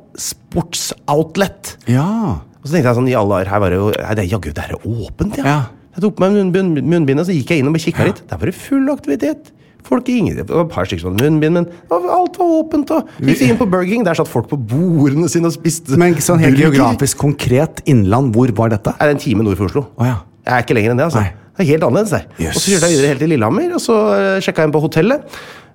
A: sportsoutlet.
B: Ja.
A: Og så tenkte jeg sånn, i alle år, her var det jo nei, det er Jaggu, det her er åpent, ja.
B: Ja.
A: Jeg tok på meg munnbind, munnbindet, så gikk jeg inn og kikka litt. Der var det full aktivitet. Folk gikk inn, Det var et par stykker som hadde munnbind, men det var- alt var åpent. Og gikk inn på Burger King, der satt folk på bordene sine og spiste
B: Men sånn helt
A: burger.
B: geografisk konkret innland, hvor var dette?
A: Er det en time nord for Oslo?
B: Å ja.
A: Jeg er ikke lenger enn det, altså.
B: Nei.
A: Det er helt annerledes der.
B: Jøss.
A: Og så kjørte jeg videre helt til Lillehammer, og så eh, sjekka jeg inn på hotellet.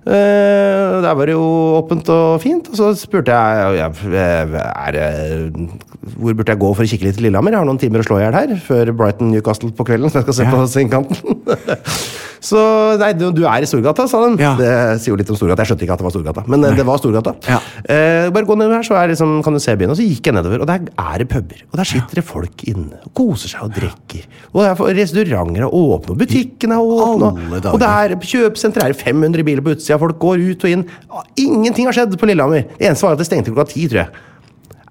A: Eh, der var det jo åpent og fint, og så spurte jeg, ja, eh, er, det- hvor burde jeg gå for å kikke litt til Lillehammer. Jeg har noen timer å slå i hjel her før Brighton Newcastle på kvelden. Så jeg skal se på sengekanten. så nei, du, du er i Storgata, sa de.
B: Ja.
A: Det sier jo litt om Storgata. Jeg skjønte ikke at det var Storgata, men eh, det var Storgata.
B: Ja.
A: Eh, bare gå nedover her, så er liksom, kan du se byen. Og så gikk jeg nedover, og der er det puber. Og der sitter det folk inne og koser seg og drikker. Og det er for- restauranter er åpne, og butikkene er åpne.
B: alle
A: Og, og
B: dager.
A: det er kjøpesenter, er det 500 biler på utsida, folk går ut og inn. Ah, Ingenting har skjedd på Lillehammer. Det eneste var at det stengte klokka ti, tror jeg.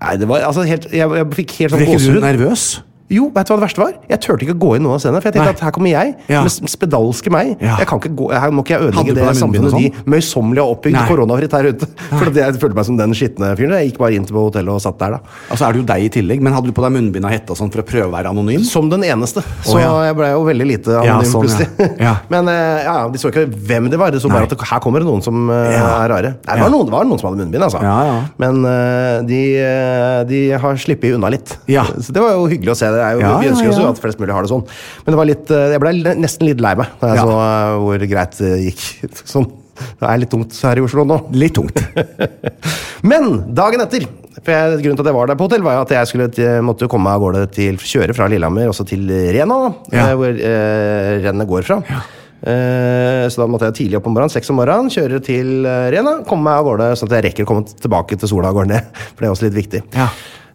A: Nei, det var altså helt Jeg, jeg fikk helt sånn
B: Ble ikke du
A: gåsehud.
B: nervøs?
A: Jo, vet du hva det verste var? Jeg turte ikke å gå inn noen av scenene. For jeg tenkte
B: Nei.
A: at her kommer jeg,
B: Ja.
A: med s- spedalske meg.
B: Ja.
A: Jeg kan ikke gå, her må ikke jeg
B: Hadde du
A: ødelegge det
B: på deg munnbind og
A: samfunnet de
B: sånn?
A: møysommelig har oppbygd
B: Nei.
A: koronafritt her ute. For jeg følte meg som den skitne fyren. Jeg gikk bare inn på hotellet og satt der, da.
B: Altså er det jo deg i tillegg, men hadde du på deg munnbind og hette og sånn for å prøve å være anonym?
A: Som den eneste. Så
B: ja.
A: jeg ble jo veldig lite
B: Ja,
A: anonym
B: sånn, ja.
A: plutselig.
B: Ja.
A: Men eh, ja, de så ikke hvem det var. De så
B: Nei.
A: bare at det, her kommer det noen som eh,
B: Ja.
A: er rare. Nei, det,
B: Ja.
A: var noen, det var noen som hadde munnbind, altså.
B: Ja, ja.
A: Men eh, de, eh, de har sluppet unna litt.
B: Ja.
A: Så det var jo hyggelig å se. Det er jo,
B: Ja,
A: vi
B: ja,
A: ønsker jo
B: ja.
A: også at flest mulig har det sånn. Men det var litt, eh, jeg ble l- nesten litt lei meg da jeg
B: Ja.
A: så eh, hvor greit det gikk. Sånn. Det er litt tungt her i Oslo nå.
B: Litt tungt.
A: Men dagen etter for jeg, Grunnen til at jeg var der på hotell, var jo at jeg skulle til, måtte komme meg av gårde til kjøre fra Lillehammer også til Rena, da,
B: Ja.
A: eh, hvor eh, rennet går fra. Eh, så da måtte jeg tidlig opp om morgenen, seks om morgenen, kjøre til eh, Rena, komme meg av gårde, sånn at jeg rekker å komme tilbake til sola går ned. For det er også litt viktig.
B: Ja.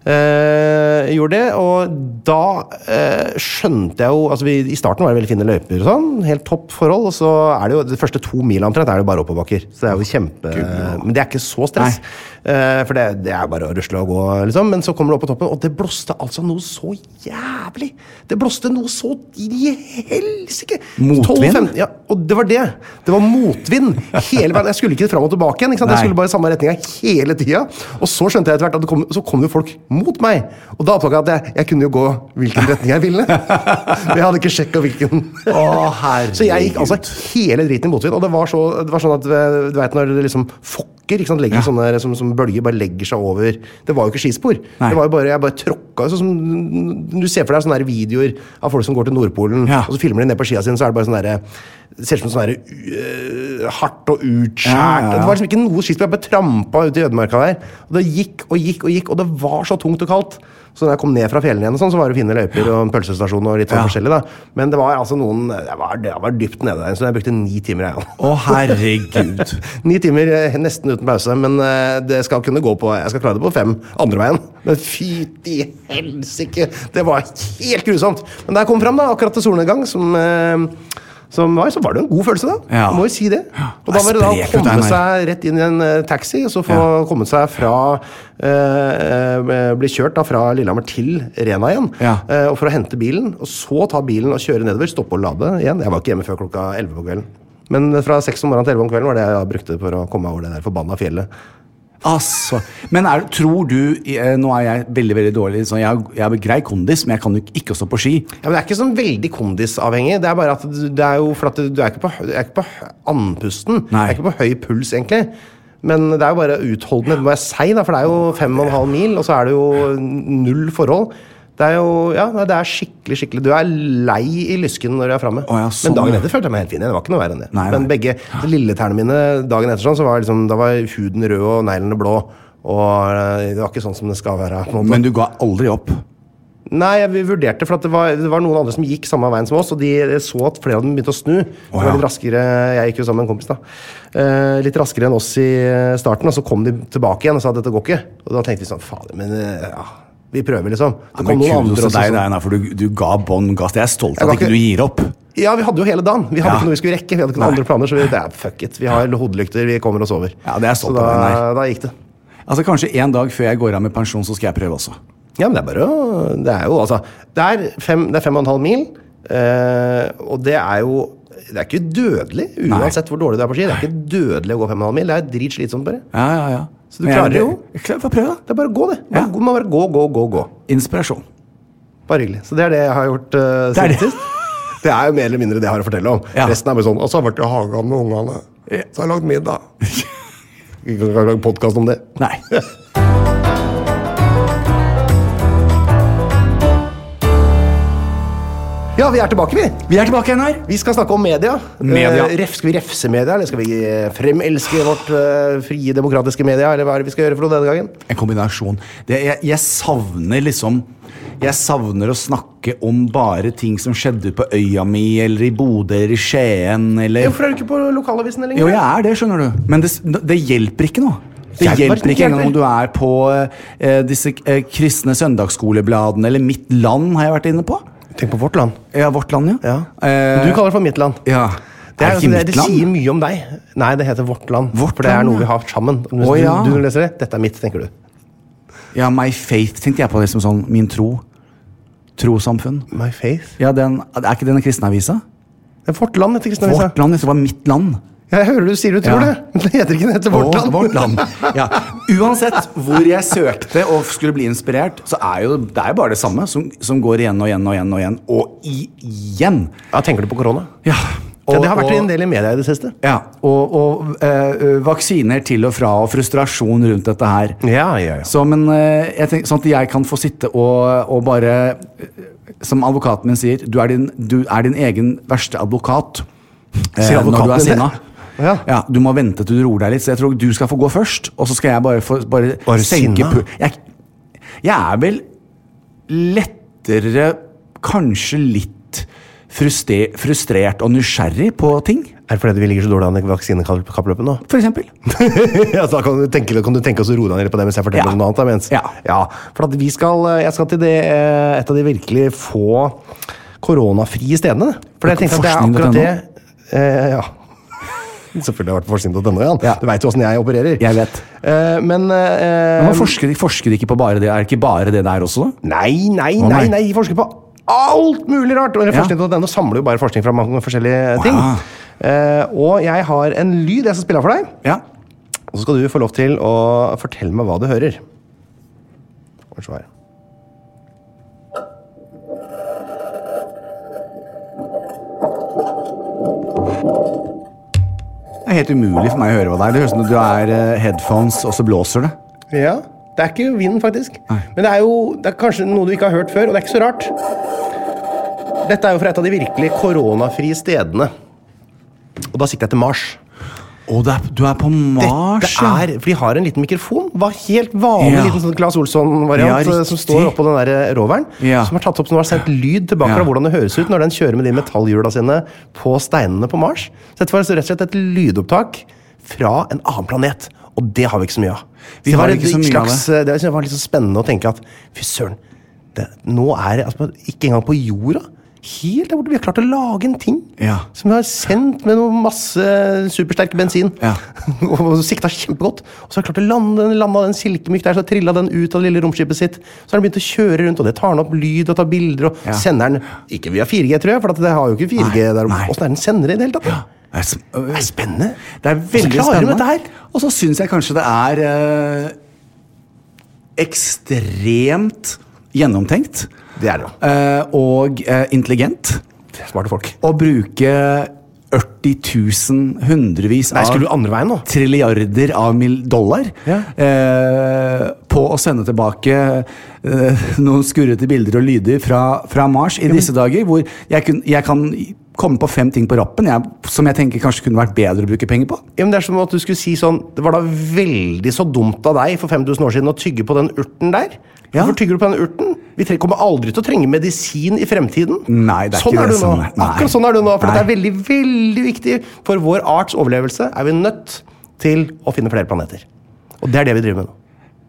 A: Eh, gjorde det, og da eh, skjønte jeg jo altså vi, I starten var det veldig fine løyper, og sånn, helt topp forhold. Og så er det jo de første to mila omtrent er det jo bare oppoverbakker. Så det er jo kjempe Men det er ikke så stress. Eh, for det, det er bare å rusle og gå, liksom. Men så kommer du opp på toppen, og det blåste altså noe så jævlig! Det blåste noe så inn i helsike!
B: Motvind?
A: 12-15 ja, og det var det. Det var motvind hele veien. Jeg skulle ikke fram og tilbake igjen. ikke sant?
B: Nei.
A: Jeg skulle bare i samme retninga hele tida. Og så skjønte jeg etter hvert at det kom, så kom jo folk mot meg. Og da oppdaga jeg at jeg, jeg kunne jo gå hvilken retning jeg ville. Men jeg hadde ikke sjekka hvilken. så jeg gikk altså hele driten i motvind. Og det var, så, det var sånn at eh, du vet når det liksom fokker ikke sant? legger sånne som, som bølger bare legger seg over Det var jo ikke skispor.
B: Nei.
A: Det var jo bare, Jeg bare tråkka sånn som Du ser for deg sånne her videoer av folk som går til Nordpolen,
B: Ja.
A: og så filmer de ned på skia sine, så er det bare sånn derre det ser ut som sånn derre, øh, hardt og utskjært.
B: Ja, ja, ja.
A: Det var liksom ikke noe skitt, jeg bare trampa ut i ødemarka der. Og det gikk og gikk og gikk, og det var så tungt og kaldt. Så da jeg kom ned fra fjellene igjen, og sånn, så var det fine løyper og en pølsestasjon. og litt sånn
B: Ja.
A: forskjellig da. Men det var altså noen Jeg var, jeg var dypt nede der, så jeg brukte ni timer. Jeg,
B: Å, herregud.
A: Ni timer eh, nesten uten pause, men eh, det skal kunne gå på Jeg skal klare det på fem andre veien. Men fytti helsike! Det var helt grusomt. Men da jeg kom fram, da, akkurat til solnedgang, som, eh, som var, så var det jo en god følelse, da.
B: Ja.
A: Må jo si det.
B: Ja,
A: Og da var det da
B: det er
A: å
B: sprek,
A: komme
B: Einar.
A: seg rett inn i en eh, taxi, og så få
B: Ja.
A: kommet seg fra eh, eh, Bli kjørt da fra Lillehammer til Rena igjen.
B: Ja.
A: Eh, og for å hente bilen, og så ta bilen og kjøre nedover. Stoppe og lade igjen. Jeg var ikke hjemme før klokka 11 på kvelden. Men fra 6 om morgenen til 11 om kvelden var det jeg brukte for å komme meg over det der forbanna fjellet.
B: Altså, men er, tror du eh, Nå er jeg veldig veldig dårlig. Så jeg, jeg er grei kondis, men jeg kan jo ikke- ikke stå på ski.
A: Ja, men Det er ikke sånn veldig kondisavhengig. Det er bare at du, det er jo for at du, du er ikke på, hø- du er ikke på hø- andpusten. Du
B: Nei.
A: er ikke på høy puls, egentlig. Men det er jo bare utholdenhet, må jeg si, da, for det er jo fem og en halv mil, og så er det jo null forhold. Det er jo, ja, nei, det er skikkelig, skikkelig Du er lei i lysken når du er framme.
B: Å, ja, sånn,
A: Men dagen
B: ja.
A: etter følte jeg meg helt fin igjen. Det var ikke noe verre enn det.
B: Nei, nei.
A: Men begge de lilletærne mine dagen etter sånn, så var liksom, da var huden rød og neglene blå. Og eh, det var ikke sånn som det skal være. på en måte.
B: Men du ga aldri opp.
A: Nei, jeg- vi vurderte, for at det var, det var noen andre som gikk samme veien som oss, og de så at flere av dem begynte å snu.
B: Å,
A: Det
B: ja.
A: var litt raskere, Jeg gikk jo sammen med en kompis, da. Eh, litt raskere enn oss i eh, starten, og så kom de tilbake igjen og sa at dette går ikke. Og da tenkte vi sånn, fader, men eh, ja, vi prøver, liksom. Det
B: Ja,
A: kom
B: men
A: noen
B: kudos
A: andre
B: til
A: også,
B: deg,
A: sånn.
B: Einar, for du, du ga bånn gass. Jeg er stolt
A: Jeg
B: av at
A: ga
B: ikke
A: ikke-
B: du gir opp.
A: Ja, vi hadde jo hele dagen. Vi hadde
B: Ja.
A: ikke noe vi skulle rekke. Vi hadde ikke noen
B: Nei.
A: andre planer, så vi, det er fuck it. Vi har hodelykter, vi kommer oss over.
B: Ja, det er jeg stolt
A: så da,
B: av, Einar.
A: da gikk det.
B: Altså Kanskje en dag før jeg går av med pensjon, så skal jeg prøve også.
A: Ja, men det er bare å Det er jo altså Det er fem, det er fem og en halv mil, eh, og det er jo det er ikke dødelig, uansett hvor dårlig du er på ski. Det er ikke dødelig å gå fem og en halv mil. Det er dritslitsomt, bare.
B: Ja, ja, ja.
A: Så du
B: Men jeg-
A: klarer det jo.
B: Jeg klarer- Få prøve, da.
A: Det er bare å gå, det. Bare,
B: Ja.
A: gå- Man bare gå, gå, gå, gå.
B: Inspirasjon.
A: Bare hyggelig. Så det er det jeg har gjort eh,
B: Det er det.
A: siden sist. Det er jo mer eller mindre det jeg har å fortelle om.
B: Ja.
A: Resten er bare sånn Og så har jeg vært i hagen med ungene. Så har jeg lagd middag. Vi kan ikke lage podkast om det.
B: Nei.
A: Ja, vi er tilbake, vi.
B: Vi er tilbake, Einar.
A: Vi skal snakke om media.
B: Media.
A: Eh, ref, skal vi refse media, eller skal vi eh, fremelske vårt eh, frie, demokratiske media? Eller hva er det vi skal gjøre for noe denne gangen?
B: En kombinasjon. Det, jeg, jeg savner liksom Jeg savner å snakke om bare ting som skjedde på øya mi, eller i Bodø, eller i Skien, eller
A: Hvorfor er du ikke på lokalavisen lenger?
B: Jo, jeg er det, skjønner du. Men det, det hjelper ikke noe. Det
A: Hjelper
B: hjelper
A: ikke,
B: ikke engang om
A: hjelper.
B: du er på eh, disse eh, kristne søndagsskolebladene eller Mitt Land, har jeg vært inne på.
A: Tenk på vårt land.
B: Ja, Vårt Land, ja. Eh,
A: Du kaller det for mitt land.
B: ja.
A: Det, er, altså
B: ikke
A: det,
B: mitt
A: det sier
B: land?
A: mye om deg. Nei, det heter Vårt Land.
B: Vårt
A: for det
B: Land,
A: er noe
B: ja.
A: vi har sammen. Hvis
B: Å, ja.
A: du, du leser det, dette er mitt, tenker du.
B: Ja, My Faith tenkte jeg på det som sånn min tro. Trossamfunn.
A: My Faith.
B: Ja, den, er ikke den kristne avisa?
A: Det er Vårt Land heter Kristianavisa.
B: Vårt land, det var mitt land.
A: Ja, jeg hører du sier du tror
B: Ja.
A: det, men det heter ikke det. det heter Vårt
B: Å,
A: Land.
B: Vårt land. Ja. Uansett hvor jeg søkte og skulle bli inspirert, så er jo, det er jo bare det samme som, som går igjen og igjen og igjen og igjen. Og igjen.
A: Ja, tenker du på korona?
B: Ja.
A: ja, det har vært
B: og-
A: en del i media i det siste.
B: Ja, og, og eh, vaksiner til og fra og frustrasjon rundt dette her.
A: Ja, ja, ja.
B: Så, men eh, jeg tenker, sånn at jeg kan få sitte og, og bare eh, Som advokaten min sier, du er din, du er din egen verste advokat eh,
A: Sier advokaten
B: når du
A: din
B: er
A: det?
B: sinna.
A: Ja.
B: du må vente til du roer deg litt, så jeg tror du skal få gå først. Og så skal jeg bare, få, bare,
A: Bare
B: senke
A: sinna?
B: pu- Jeg, jeg er vel lettere kanskje litt fruste- frustrert og nysgjerrig på ting,
A: Er det fordi vi ligger så dårlig an i vaksinekappløpet nå?
B: for eksempel.
A: ja, så da kan du tenke, kan du tenke oss å roe deg ned på det mens jeg forteller
B: Ja.
A: om noe annet. da, Mens.
B: Ja.
A: For at vi skal, jeg skal til det, eh, et av de virkelig få koronafrie stedene. For jeg tenkte at det er
B: Forskning.no?
A: akkurat det. Eh, ja. Selvfølgelig har det vært forskning.no, Jan.
B: Ja.
A: Du veit jo åssen jeg opererer.
B: Jeg vet.
A: Eh, men eh,
B: Men man forsker, forsker ikke på bare det? Er det ikke bare det der også?
A: Nei, nei,
B: Å,
A: nei,
B: nei.
A: nei, de forsker på alt mulig rart! Og Forskning.no samler jo bare forskning fra mange forskjellige ting.
B: Wow.
A: Eh, og jeg har en lyd jeg skal spille av for deg.
B: Ja.
A: Og så skal du få lov til å fortelle meg hva du hører. Hva er det som er?
B: Det er helt umulig for meg å høre hva det er. Det høres ut som du er eh, headphones, og så blåser det.
A: Ja, Det er ikke vind, faktisk. Men det er jo det er kanskje noe du ikke har hørt før, og det er ikke så rart. Dette er jo fra et av de virkelig koronafrie stedene. Og da sikter jeg til Mars.
B: Å, det er, du er på Mars,
A: Dette er, for de har en liten mikrofon. Var helt vanlig
B: Ja.
A: liten sånn Claes
B: Ja,
A: Olsson-variant eh,
B: riktig.
A: som står oppå den der eh, roveren.
B: Ja.
A: Som har tatt opp, som har sendt lyd tilbake
B: Ja.
A: fra hvordan det høres ut når den kjører med de metallhjula sine på steinene på Mars. Så dette var altså rett og slett et lydopptak fra en annen planet. Og det har vi ikke så mye av.
B: Vi
A: Så det
B: har
A: var
B: ikke
A: et
B: så mye av
A: slags, eh, det. var litt så spennende å tenke at fy søren, det, nå er det altså, ikke engang på jorda. Helt der borte. Vi har klart å lage en ting
B: Ja.
A: som vi har sendt med noe masse supersterk bensin.
B: Ja.
A: og sikta kjempegodt. Og så har jeg klart å lande den, landa den silkemykt der, så trilla den ut av det lille romskipet sitt. Så har den begynt å kjøre rundt, og det tar den opp lyd og tar bilder, og
B: Ja.
A: sender den Ikke via 4G, tror jeg, for at det har jo ikke 4G
B: Nei,
A: der.
B: nei.
A: Åssen er den sender i det hele tatt? da?
B: Det er, sp-
A: Det er spennende.
B: det er
A: Hvordan
B: veldig
A: klarer de
B: spennende.
A: dette her?
B: Og så syns jeg kanskje det er eh, ekstremt gjennomtenkt.
A: Det er det.
B: eh, og eh, intelligent.
A: Smarte folk.
B: Å bruke 80 000, hundrevis
A: Nei,
B: av
A: skulle du andre veien nå?
B: trilliarder av mil dollar
A: Ja.
B: eh, på å sende tilbake eh, noen skurrete bilder og lyder fra, fra Mars i disse dager, hvor jeg, kun, jeg kan komme på fem ting på rappen jeg, som jeg tenker kanskje kunne vært bedre å bruke penger på.
A: Ja, men det er som at du skulle si sånn Det var da veldig så dumt av deg for 5000 år siden å tygge på den urten der.
B: Ja.
A: Hvorfor tygger du på den urten? Vi tre- kommer aldri til å trenge medisin i fremtiden.
B: Nei, det er
A: sånn
B: ikke
A: er
B: det
A: du nå.
B: som er- nei.
A: Akkurat sånn er du nå. For
B: Nei.
A: det er veldig, veldig viktig for vår arts overlevelse. Er vi nødt til å finne flere planeter. Og det er det vi driver med nå.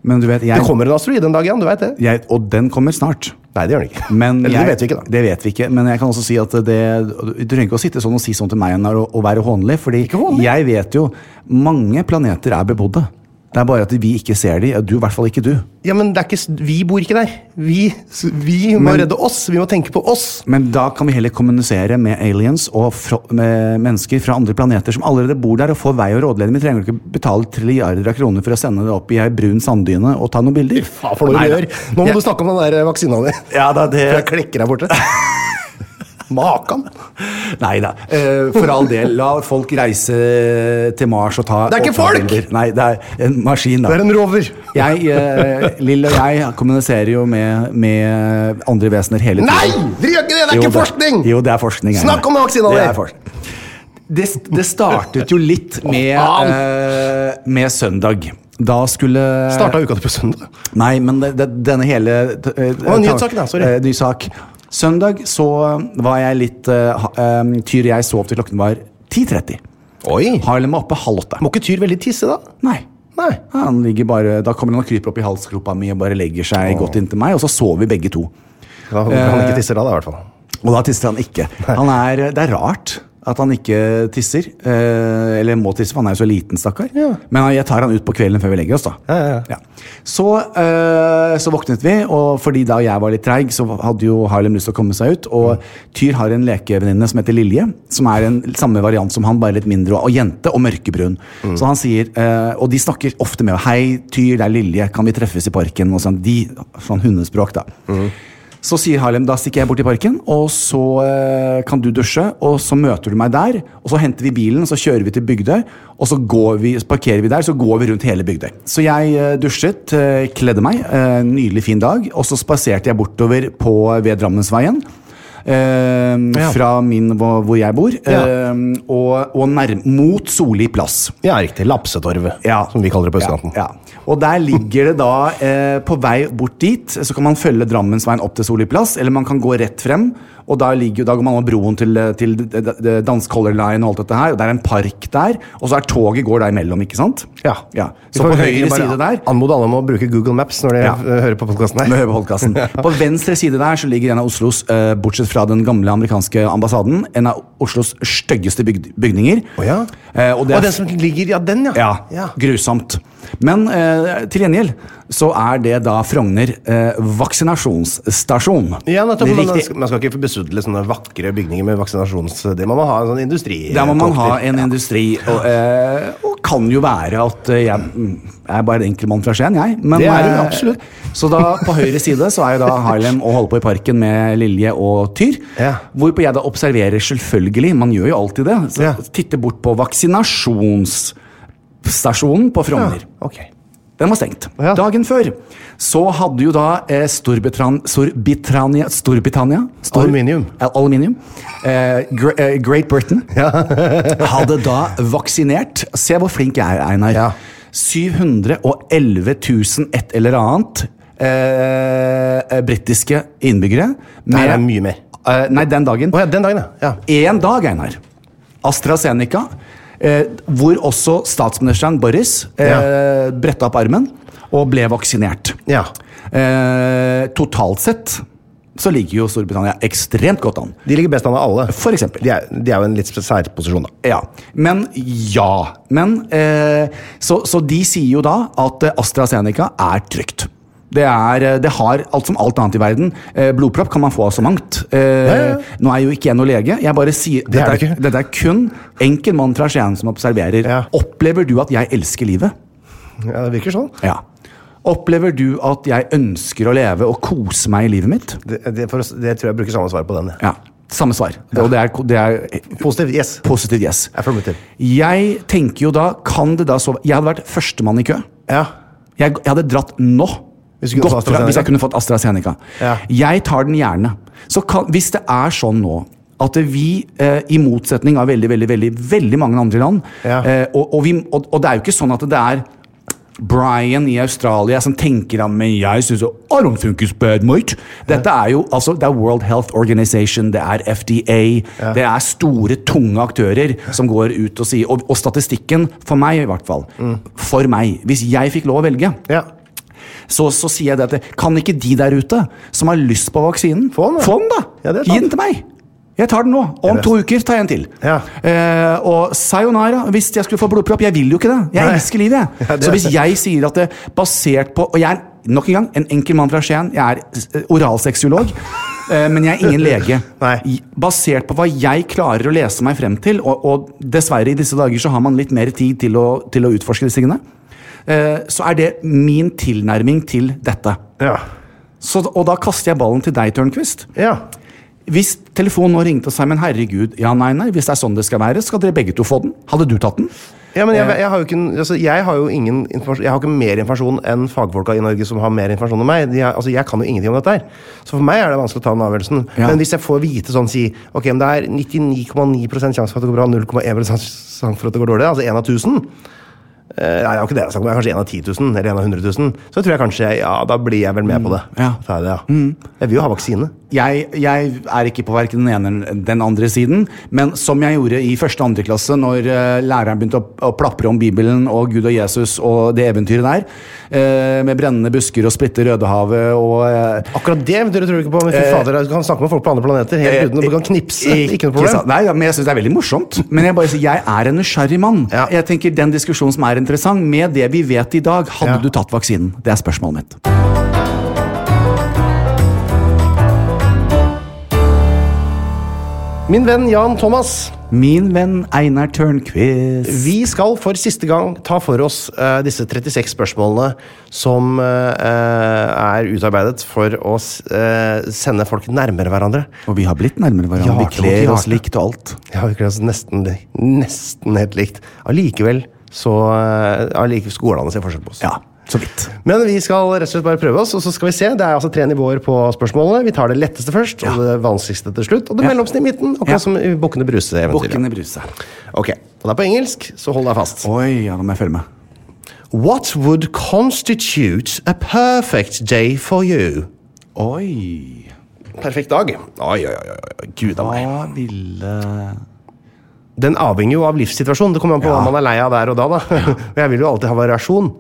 B: Men du vet,
A: Det
B: jeg,
A: kommer en asteroide en dag igjen, du veit det?
B: jeg, og den kommer snart.
A: Nei, det gjør den ikke.
B: Men
A: Eller
B: jeg,
A: det vet vi ikke, da.
B: Det vet vi ikke, men jeg kan også si at det, du trenger ikke å sitte sånn og si sånn til meg Einar, og, og være hånlig, fordi
A: hånlig.
B: jeg vet jo mange planeter er bebodde. Det er bare at vi ikke ser de, du i hvert fall ikke du.
A: Ja, men det er ikke, s- vi bor ikke der. Vi, s- vi må redde oss. Vi må tenke på oss.
B: Men da kan vi heller kommunisere med aliens og fra, med mennesker fra andre planeter som allerede bor der og får vei og rådledning. Vi trenger ikke betale trilliarder av kroner for å sende det opp i ei brun sanddyne og ta noen bilder.
A: Hva for noe du
B: Neida.
A: gjør? Nå må du snakke om den der eh, vaksina di.
B: Ja, da, det...
A: For jeg klekker her borte. Makan!
B: Nei da. Eh, for all del, la folk reise til Mars og ta
A: Det er ikke
B: og ta
A: folk!
B: bilder. Nei, det er en maskin, da.
A: Det er en rover.
B: Jeg, eh, Lill og jeg kommuniserer jo med, med andre vesener hele tiden.
A: Nei! Dere gjør ikke det! Det er
B: Jo,
A: ikke forskning!
B: Jo, det er forskning. Einar.
A: Snakk om vaksina di!
B: Det er forskning. Det, det startet jo litt med, eh, med søndag. Da skulle
A: Starta uka til på søndag.
B: Nei, men det, det, denne hele eh,
A: Å, nyhetssaken, ja, sorry.
B: eh, ny sak. Søndag så var jeg litt eh, ha- eh, Tyr og jeg sov til klokken var 10.30.
A: Oi!
B: Harlem var oppe halv åtte.
A: Må ikke Tyr veldig tisse, da?
B: Nei.
A: Nei.
B: Han ligger bare, da kommer han og kryper opp i halsgropa mi og bare legger seg godt inntil meg, og så sover vi begge to.
A: Eh, Da håper han ikke tisser da, da, i hvert fall.
B: Og da tisser han ikke. Han er, det er rart. At han ikke tisser. Eh, eller må tisse, for han er jo så liten, stakkar. Men jeg tar han ut på kvelden før vi legger oss, da. Ja. Så, eh, så våknet vi, og fordi da jeg var litt treig, så hadde jo Harlem lyst til å komme seg ut. Og Tyr har en lekevenninne som heter Lilje, som er en samme variant som han, bare litt mindre, og, og jente og mørkebrun. Så han sier, eh, og de snakker ofte med henne. Hei, Tyr, det er Lilje, kan vi treffes i parken? Og sånn, de, sånn hundespråk, da. Så sier Harlem da stikker jeg bort i parken, og så eh, kan du dusje. Og så møter du meg der, og så henter vi bilen, så kjører vi til Bygdøy. Og så går vi, så parkerer vi der, så går vi rundt hele Bygdøy. Så jeg eh, dusjet, eh, kledde meg, eh, nydelig fin dag, og så spaserte jeg bortover på, ved Drammensveien. eh,
A: Ja.
B: Fra min, hvor, hvor jeg bor, eh,
A: Ja.
B: og, og nærm, mot Solli plass.
A: Ja, riktig. Lapsetorvet,
B: Ja.
A: som vi kaller det på østkanten.
B: Ja, ja. Og der ligger det da, eh, på vei bort dit, så kan man følge Drammensveien opp til Solli plass, eller man kan gå rett frem, og da, ligger, jo- da går man over broen til, eh, til d- d- d- Dansk Color Line og alt dette her, og det er en park der, og så er toget går der imellom, ikke sant?
A: Ja.
B: ja.
A: Vi
B: Så
A: får
B: på
A: egentlig
B: høyre
A: bare
B: side der,
A: Anmode alle om å bruke Google Maps når de
B: Ja.
A: eh, hører på podkasten her.
B: med Høveholtkassen. På venstre side der så ligger en av Oslos, eh, bortsett fra den gamle amerikanske ambassaden, en av Oslos styggeste bygd bygninger.
A: Å ja.
B: Eh, og det
A: Og
B: er
A: den som ligger Ja, den, ja.
B: Ja, grusomt. Men eh, til gjengjeld så er det da Frogner eh, vaksinasjonsstasjon.
A: Ja, nettopp,
B: Det
A: men
B: er
A: man
B: riktig.
A: skal, man skal ikke besudle sånne vakre bygninger med vaksinasjons... Det må man ha en sånn industri.
B: Der må man ha
A: cocktail.
B: en industri, og, eh, og kan jo være at eh, jeg mm, er bare en enkel mann fra Skien, jeg. Men,
A: Det er du,
B: eh,
A: absolutt.
B: Så da på høyre side så er jo da Harlem og holder på i parken med Lilje og Tyr.
A: Ja.
B: Hvorpå jeg da observerer, selvfølgelig, man gjør jo alltid det, så
A: Ja.
B: titter bort på vaksinasjonsstasjonen på Frogner.
A: Ok.
B: Den var stengt.
A: Ja.
B: Dagen før så hadde jo da eh, Storbritran, Storbritannia Storbritannia? Stor-
A: Aluminium.
B: Eh, aluminium. Eh, Gre eh, Great Britain hadde da vaksinert Se hvor flink jeg er, Einar.
A: Ja.
B: 711 000 et eller annet eh, eh, britiske innbyggere.
A: Nei, det er mye mer.
B: Eh, nei, den dagen.
A: Å ja, den dagen, ja. ja.
B: Én dag, Einar. AstraZeneca. Eh, hvor også statsministeren Boris eh, bretta opp armen og ble vaksinert.
A: Ja.
B: Eh, totalt sett så ligger jo Storbritannia ekstremt godt an.
A: De ligger best an av alle.
B: For eksempel.
A: De er, de er jo en litt særposisjon, da.
B: Ja. Men ja. Men eh, så, så de sier jo da at eh, AstraZeneca er trygt. Det, er, eh, det har alt som alt annet i verden. Eh, blodpropp kan man få av så mangt. Eh, Nå er jo ikke jeg noe lege. Jeg bare sier
A: Det er
B: dette,
A: du
B: er,
A: ikke.
B: dette er kun enkel mann fra Skien som observerer.
A: Ja.
B: Opplever du at jeg elsker livet?
A: Ja, Det virker sånn.
B: Ja. Opplever du at jeg ønsker å leve og kose meg i livet mitt?
A: Det, det, for, å- det tror jeg bruker samme svar på den. jeg.
B: Ja. Samme svar. Og det er, det er
A: Positiv. Yes.
B: positivt yes.
A: Affirmative.
B: Jeg tenker jo da, kan det da sove Jeg hadde vært førstemann i kø.
A: Ja.
B: Jeg, jeg hadde dratt nå.
A: Hvis du kunne
B: Gått
A: fått AstraZeneca.
B: fra, hvis jeg kunne fått AstraZeneca.
A: Ja.
B: Jeg tar den gjerne. Så kan, hvis det er sånn nå at vi, eh, i motsetning av veldig veldig, veldig, veldig mange andre land
A: Ja.
B: eh, og, og, vi, og, og det er jo ikke sånn at det er Brian i Australia som tenker at men jeg synes jo, I don't think it's bad, mate. Dette er jo altså, det er World Health Organization, det er FDA, det er store, tunge aktører som går ut og sier Og, og statistikken, for meg i hvert fall, for meg, hvis jeg fikk lov å velge
A: ja.
B: så, så sier jeg det at det- kan ikke de der ute som har lyst på vaksinen,
A: Få den, da.
B: da!
A: Ja, det er sant.
B: Gi den til meg! Jeg tar den nå. Og om
A: Det er
B: to uker tar jeg en til.
A: Ja.
B: Eh, og sayonara hvis jeg skulle få blodpropp. Jeg vil jo ikke det. Jeg
A: Nei.
B: elsker livet, jeg.
A: Ja, det
B: så
A: er
B: hvis
A: det.
B: jeg sier at det basert på Og jeg er nok en gang en enkel mann fra Skien. Jeg er eh, oralseksuolog. eh, Men jeg er ingen lege.
A: Nei.
B: I- Basert på hva jeg klarer å lese meg frem til, og, og dessverre i disse dager så har man litt mer tid til å, til å utforske disse tingene, eh, så er det min tilnærming til dette.
A: Ja.
B: Så, og da kaster jeg ballen til deg, Tørnquist.
A: ja.
B: Hvis telefonen nå ringte og sa men herregud, ja nei nei, hvis det er sånn det skal være, skal dere begge to få den. Hadde du tatt den?
A: Ja, men jeg, jeg, har jo ikke, en- altså, jeg har jo ingen informasjon Jeg har ikke mer informasjon enn fagfolka i Norge som har mer informasjon enn meg. De, har- altså, jeg kan jo ingenting om dette her. Så for meg er det vanskelig å ta den avgjørelsen.
B: Ja.
A: Men hvis jeg får vite sånn, si ok, men det er 99,9 sjanse for at det går bra, 0,1 sjanse for at det går dårlig, altså 1 av 1000 eh, Nei, det er jo ikke det jeg har sagt, men det er kanskje 1 av 10 000, eller 1 av 100 000. Så tror jeg kanskje, Mm, ja, da blir jeg vel med på det.
B: Ja.
A: Da er det, ja. Jeg vil jo ha vaksine.
B: jeg, jeg er ikke på hverken den ene eller den andre siden, men som jeg gjorde i første og andre klasse, når eh, læreren begynte å, å plapre om Bibelen og Gud og Jesus og det eventyret der, eh, med brennende busker og splitte Rødehavet og eh,
A: Akkurat det eventyret tror du ikke på. Men fy fader, du kan snakke med folk på andre planeter helt uten at du kan knipse. Eh, Altså, Ikke noe problem.
B: sant? Nei, ja, men jeg synes det er veldig morsomt. Men jeg bare sier, jeg er en nysgjerrig mann.
A: Ja.
B: Jeg tenker Den diskusjonen som er interessant, med det vi vet i dag, hadde
A: Ja.
B: du tatt vaksinen? Det er spørsmålet mitt.
A: Min venn Jan Thomas,
B: Min venn Einar Tørnquist.
A: vi skal for siste gang ta for oss eh, disse 36 spørsmålene som eh, eh, er utarbeidet for å s- eh, sende folk nærmere hverandre.
B: Og vi har blitt nærmere hverandre.
A: Hjerte mot
B: vi kler oss
A: hjerte.
B: likt og alt.
A: Ja, vi kler oss nesten, li- nesten helt likt. Allikevel så eh, allikevel går det an å se forskjell på oss.
B: Ja, så vidt.
A: Men vi skal rett og slett bare prøve oss, og så skal vi se. Det er altså tre nivåer på spørsmålene. Vi tar det letteste først, og det vanskeligste til slutt, og det
B: Ja.
A: mellomste i midten. Akkurat
B: Ja.
A: som i Bukkene Bruse-eventyret.
B: Bukkene Bruse.
A: Ok, og det er på engelsk, så hold deg fast.
B: Oi, ja, nå må jeg følge med.
A: What would constitute a perfect day for you?
B: Oi
A: Perfekt dag? Oi, oi, oi, oi, gud av meg.
B: Hva ville
A: Den avhenger jo av livssituasjonen. Det kommer an på
B: Ja.
A: hva man er lei av der og da. da. Og jeg vil jo alltid ha variasjon.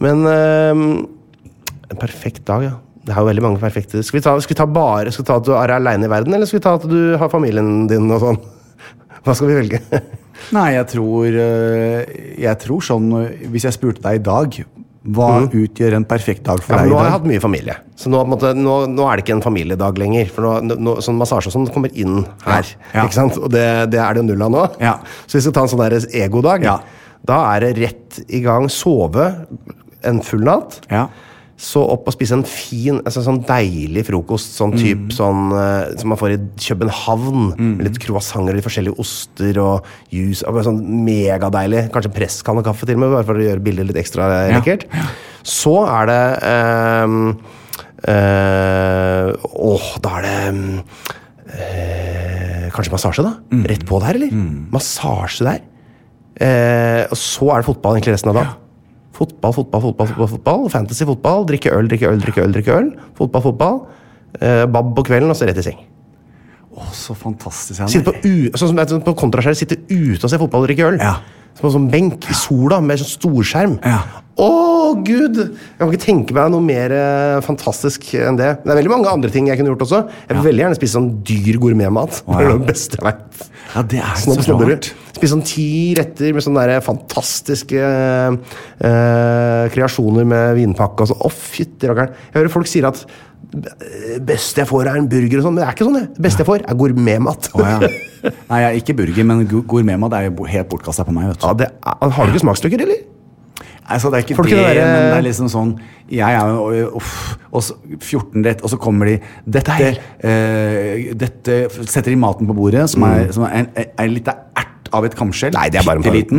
A: Men øhm, En perfekt dag, ja. Det er jo veldig mange perfekte. Skal vi ta, skal vi ta bare skal vi ta at du er aleine i verden, eller skal vi ta at du har familien din og sånn? Hva skal vi velge?
B: Nei, jeg tror eh, Jeg tror sånn eh, Hvis jeg spurte deg i dag hva utgjør en perfekt dag for
A: Mm. Ja, men
B: deg i
A: nå har jeg
B: dag?
A: hatt mye familie, så nå, på en måte, nå, nå er det ikke en familiedag lenger. For nå, nå, sånn massasje og sånn kommer inn her,
B: Ja.
A: ikke sant? og det, det er det jo null av nå.
B: Ja.
A: Så vi skal ta en sånn der egodag.
B: Ja.
A: Da er det rett i gang, sove en full natt,
B: Ja.
A: så opp og spise en fin, altså sånn deilig frokost, sånn
B: Mm.
A: typ sånn eh, som man får i København. Med litt croissanter og litt forskjellige oster og juice. og bare Sånn megadeilig. Kanskje presskanne kaffe til og med, bare for å gjøre bildet litt ekstra eh,
B: Ja.
A: lekkert. Så er det ehm, eh, Åh, da er det mm, eh, Kanskje massasje, da?
B: Mm.
A: Rett på der, eller? Massasje der. Eh, og så er det fotball egentlig resten av dagen. Fotball, fotball, fotball, fotball, fotball. fantasy, fotball. Drikke øl, drikke øl, drikke øl. drikke øl Fotball, fotball. Eh, bab på kvelden, og så rett i seng.
B: Å, så fantastisk. Einar.
A: Sitte på, u sånn som, det er på kontraskjær, sitte ute og se fotball og drikke øl.
B: Ja.
A: På en sånn benk i sola med sånn storskjerm.
B: Ja.
A: Å, gud! Jeg kan ikke tenke meg noe mer eh, fantastisk enn det. Det er veldig mange andre ting jeg kunne gjort også. Jeg vil veldig gjerne spise sånn dyr gourmetmat.
B: Å,
A: Det er
B: ja.
A: det beste jeg vet.
B: Ja, det er
A: Snobb,
B: så
A: snobber.
B: rart.
A: Spise sånn ti retter med sånne der fantastiske eh, kreasjoner med vinpakke og sånn. Å, fytti rakkeren. Jeg hører folk sier at det beste jeg får, er en burger og sånn, men det er ikke sånn, det. Det beste jeg får, er gourmetmat.
B: Å, ja. Nei, jeg er ikke burger, men gu- gourmetmat er jo bo- helt bortkasta på meg. vet du.
A: Ja, det er, har du ikke smaksløker, eller?
B: Altså, det er ikke
A: Får du
B: det,
A: ikke det der- eh,
B: men det er liksom sånn Jeg er jo uff, og så 14 rett, og så kommer de Dette,
A: Deil.
B: eh, dette setter de maten på bordet, som er, som er en, en, en liten ert av et kamskjell. bitteliten.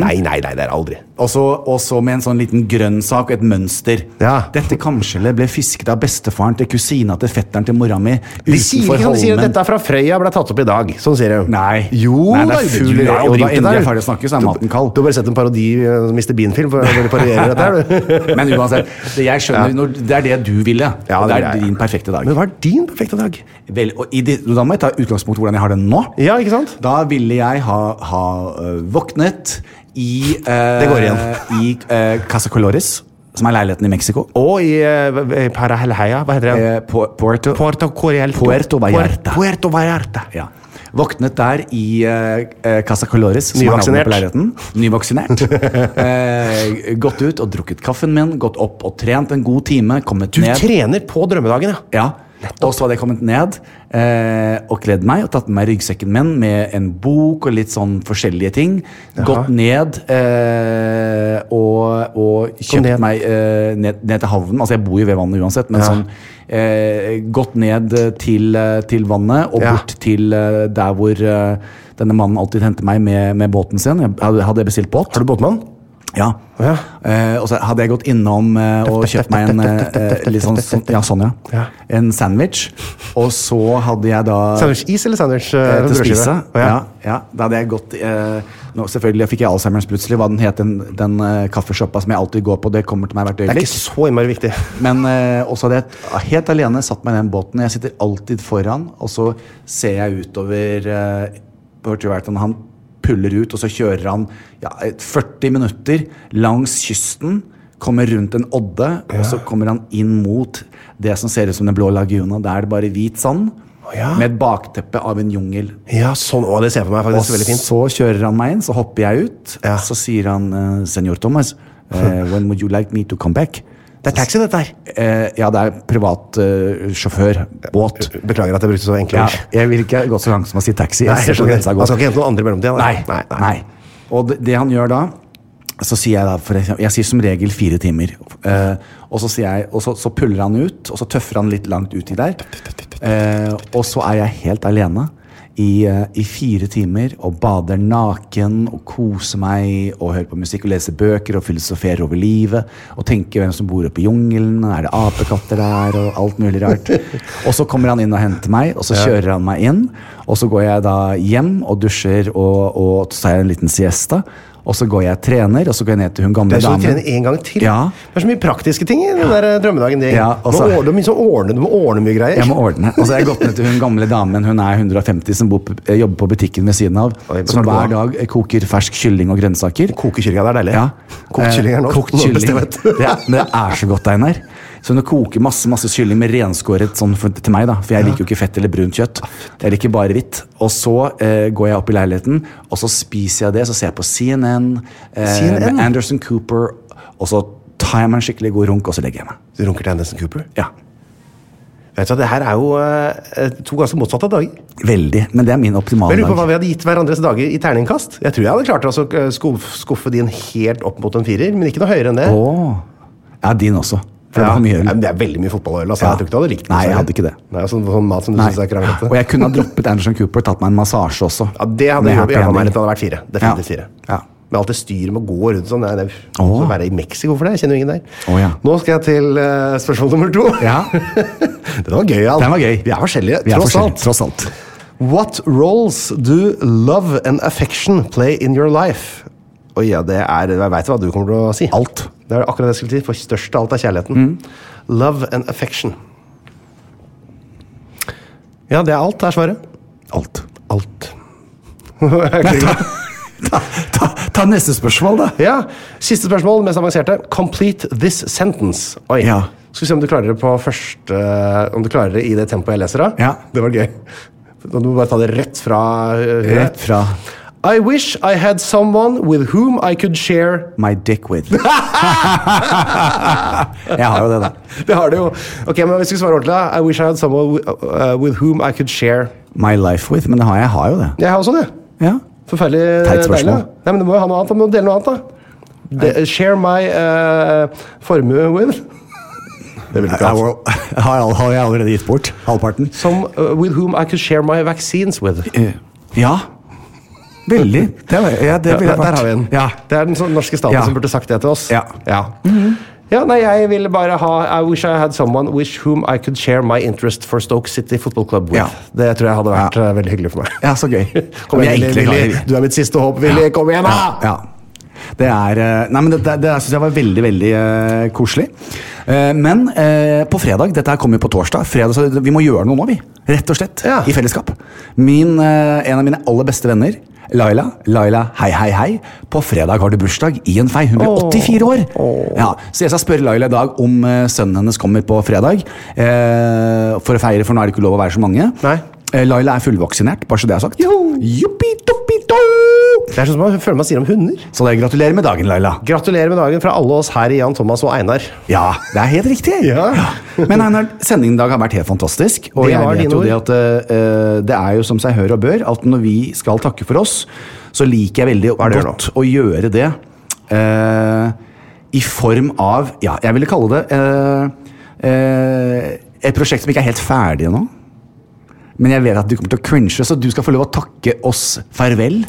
A: Mm. Nei, nei, nei, det er aldri.
B: Og så, og så med en sånn liten grønnsak og et mønster.
A: Ja.
B: Dette kamskjellet ble fisket av bestefaren til kusina til fetteren til mora mi.
A: De sier ikke sånn, de sier at dette er fra Frøya ble tatt opp i dag. Sånn sier de.
B: Nei.
A: Jo
B: Nei, det
A: da,
B: er
A: jo,
B: full-
A: det- jo,
B: Ja, og
A: da,
B: da endelig
A: det
B: er ferdig å snakke, så er
A: Du-
B: maten kald.
A: Du har bare sett en parodi, eh, Mr. Bean-film, for hvor de parodierer dette her, du.
B: Men uansett, det, jeg skjønner, når, det er det du ville.
A: Ja,
B: og
A: det
B: det er
A: vil jeg.
B: din perfekte dag.
A: Men hva er din perfekte dag?
B: Vel, og i det, da må jeg ta utgangspunkt i hvordan jeg har det nå.
A: Ja, ikke sant?
B: Da ville jeg ha, ha øh, våknet i eh,
A: Det går igjen.
B: I eh, Casa Colores, som er leiligheten i Mexico.
A: Og i eh, Parahelheia, hva heter det?
B: Eh, Pu- Puerto,
A: Puerto Corrielto.
B: Puerto Vallarta.
A: Puerto Vallarta.
B: Ja. Våknet der i eh, eh, Casa Colores. som er navnet
A: Nyvaksinert.
B: på leiligheten. Nyvaksinert. eh, gått ut og drukket kaffen min, gått opp og trent en god time, kommet
A: Du
B: ned.
A: trener på drømmedagen, ja.
B: Ja. Og så hadde jeg kommet ned eh, og kledd meg og tatt med meg ryggsekken min med en bok og litt sånn forskjellige ting. Gått ned eh, og, og kjøpt
A: ned.
B: meg eh, ned, ned til havnen. Altså jeg bor jo ved vannet uansett, men
A: Ja.
B: sånn eh, Gått ned eh, til, eh, til vannet og
A: Ja.
B: bort til eh, der hvor eh, denne mannen alltid henter meg med, med båten sin. Jeg hadde, hadde jeg bestilt båt.
A: Har du båtmann?
B: Ja. Eh, og så hadde jeg gått innom eh, og kjøpt meg en eh, litt sånn, sånn Ja, sånn, ja. En sandwich. Og så hadde jeg da
A: Sandwich-is eller sandwich eh,
B: Eh, til å
A: brødskive?
B: spise.
A: Å,
B: Ja, ja. Da hadde jeg gått eh, nå, Selvfølgelig fikk jeg Alzheimers plutselig. Hva den het den, den eh, kaffeshoppa som jeg alltid går på. Det kommer til meg hvert
A: Det er
B: øyeblikk.
A: ikke så innmari viktig.
B: Men eh, også hadde jeg helt alene satt meg i den båten. Jeg sitter alltid foran, og så ser jeg utover eh, på Treverton. Han puller ut, og så kjører han ja, et 40 minutter langs kysten. Kommer rundt en odde, og så kommer han inn mot det som ser ut som den blå laguna. Der er det bare hvit sand.
A: ja.
B: Med et bakteppe av en jungel.
A: Ja, sånn. Å, det ser jeg for meg
B: Og
A: faktisk veldig fint.
B: så kjører han meg inn, så hopper jeg ut.
A: Ja.
B: Så sier han, eh, senor Thomas, eh, when would you like me to come back?
A: Det er taxi, dette her.
B: Eh, ja, det er privat eh, sjåfør. Båt.
A: Beklager at jeg brukte så enkle
B: Ja,
A: ord.
B: jeg vil ikke gå så langt som å si taxi.
A: Nei,
B: Jeg
A: jeg
B: ser hvor
A: skjønner.
B: grensa går.
A: Man skal ikke hente noen andre i mellomtida.
B: Nei,
A: nei.
B: nei, Og det, det han gjør da så sier jeg da, for eksempel, jeg sier som regel fire timer. Eh, og så, sier jeg, og så, så puller han ut, og så tøffer han litt langt uti der. Eh, og så er jeg helt alene i, eh, i fire timer og bader naken og koser meg og hører på musikk og leser bøker og filosoferer over livet og tenker hvem som bor oppe i jungelen, er det apekatter der, og alt mulig rart. Og så kommer han inn og henter meg, og så kjører han meg inn. Og så går jeg da hjem og dusjer og, og så tar jeg en liten siesta. Og så går jeg og trener, og så går jeg ned til hun gamle
A: Det er som du
B: damen.
A: trener en gang til.
B: Ja.
A: Det er så mye praktiske ting i den der eh, drømmedagen din.
B: Ja,
A: Du må
B: altså-
A: ordne- du må liksom ordne, du må ordne mye greier.
B: Jeg må ordne. Og så har jeg gått ned til hun gamle damen, hun er 150, som bor, på- eh, jobber på butikken ved siden av.
A: Oi,
B: Som
A: bra.
B: hver dag eh, koker fersk kylling og grønnsaker.
A: Koke kylling, ja, det er deilig.
B: Ja.
A: Kokt kylling er
B: Eh,
A: nå.
B: Kokt
A: nå
B: kylling.
A: bestemt.
B: Det er, men det er så godt, Einar. Så hun koker masse masse kylling med renskåret sånn for, til meg, da. For jeg liker jo ikke fett eller brunt kjøtt. Jeg liker bare hvitt. Og så eh, går jeg opp i leiligheten, og så spiser jeg det. Så ser jeg på CNN, eh,
A: CNN?
B: med Anderson Cooper, og så tar jeg meg en skikkelig god runk, og så legger jeg meg.
A: Du runker til Anderson Cooper.
B: Ja.
A: Vet du, hva, Det her er jo eh, to ganske motsatte dager.
B: Veldig. Men det er min
A: Men
B: optimale
A: Jeg lurer på hva
B: dag.
A: vi hadde gitt hverandres dager i terningkast. Jeg tror jeg hadde klart å altså, eh, skuff- skuffe din helt opp mot en firer, men ikke noe høyere enn det.
B: Åh. Ja, din også. For det
A: Ja.
B: var mye
A: Ja,
B: øl.
A: men det er veldig mye fotballøl. Altså.
B: Ja.
A: Jeg tror ikke du hadde likt
B: Nei,
A: så
B: jeg
A: mye.
B: hadde ikke det.
A: Nei, sånn, sånn mat som du
B: Nei.
A: synes er kranglete.
B: Og jeg kunne ha droppet Anderson Cooper og tatt meg en massasje også.
A: Ja, det hadde
B: Med
A: jeg hjulpet
B: happy
A: meg
B: ending.
A: litt. Det hadde vært fire. Definitivt fire.
B: Ja.
A: Men alt det styret med å gå rundt sånn, nei, det er,
B: Åh.
A: å være i Mexico for det, jeg kjenner jo ingen der.
B: Å, ja.
A: Nå skal jeg til eh, spørsmål nummer to.
B: Ja.
A: Den var gøy, Al.
B: Den var gøy.
A: Vi er forskjellige,
B: Vi er
A: tross
B: forskjellige,
A: alt.
B: tross alt.
A: What roles do love and affection play in your life? Og ja, det er, jeg vet hva du kommer til å si. Alt. Det er akkurat det jeg skulle si, for størst av alt er kjærligheten. Love and affection. Ja, det er alt, er svaret.
B: Alt.
A: Alt. ja,
B: Ta, ta, ta neste spørsmål, da.
A: Siste spørsmål, mest avanserte. Complete this sentence. Oi.
B: Ja.
A: Skal vi se om du klarer det på første Om du klarer det i det tempoet jeg leser av.
B: Ja.
A: Det var gøy. Du må bare ta det rett fra eh, huet.
B: Rett fra
A: I wish I had someone with whom I could share
B: My dick with. Jeg har jo det, da.
A: Det har du jo. Ok, men hvis du svarer ordentlig, da. I wish I had someone with, uh, with whom I could share
B: My life with. Men det har jeg, jeg har jo det.
A: Jeg har også det.
B: Ja.
A: Forferdelig eh,
B: Teit spørsmål.
A: deilig, da. Nei, men Du må jo ha noe annet. Du må dele noe annet, da. De, share my uh, formue with Det vil du ikke ha.
B: Jeg har, all- har jeg allerede gitt bort halvparten?
A: Some, uh, with whom I could share my vaccines with.
B: Eh, Ja. Veldig. Det, var- ja, det
A: Ja,
B: ville
A: der,
B: jeg vært.
A: der har vi den.
B: Ja.
A: Det er den sånn norske staten
B: Ja.
A: som burde sagt det til oss.
B: Ja.
A: Ja.
B: Mhm.
A: Ja, nei, jeg ville bare ha I wish I had someone with whom I could share my interest for Stoke City Football Club with.
B: Ja.
A: Det tror jeg hadde vært
B: Ja.
A: eh, veldig hyggelig for meg.
B: ja, så gøy.
A: Kom
B: Men
A: igjen, Willy,
B: jeg egentlig klarer
A: Willy.
B: det.
A: Du er mitt siste håp, Willy. Kom igjen, da!
B: Ja. Det er eh, Nei, men det, det, det syns jeg var veldig, veldig eh, koselig. Eh, men eh, på fredag Dette her kommer jo på torsdag. Fredag, så vi må gjøre noe nå, vi. Rett og slett.
A: Ja.
B: I fellesskap. Min, eh, en av mine aller beste venner, Laila. Laila, hei, hei, hei. På fredag har du bursdag i en fei. Hun blir 84 år! Ja, så jeg skal spørre Laila i dag om eh, sønnen hennes kommer på fredag. eh, for å feire, for nå er det ikke lov å være så mange.
A: Nei.
B: Eh, Laila er fullvaksinert, bare så det er sagt. Juppi, duppi, do!
A: Det er sånn som man føler man sier om hunder.
B: Så det gratulerer med dagen, Laila.
A: Gratulerer med dagen fra alle oss her i Jan Thomas og Einar.
B: Ja, det er helt riktig.
A: Ja.
B: Men Einar, sendingen i dag har vært helt fantastisk. Og
A: Det
B: jeg
A: var
B: vet
A: dine
B: jo
A: ord.
B: det at eh, det er jo som seg hør og bør, at når vi skal takke for oss, så liker jeg veldig
A: er det du
B: godt å gjøre det eh, i form av Ja, jeg ville kalle det eh, eh, et prosjekt som ikke er helt ferdig ennå. Men jeg vet at du kommer til å cringe, så du skal få lov å takke oss farvel.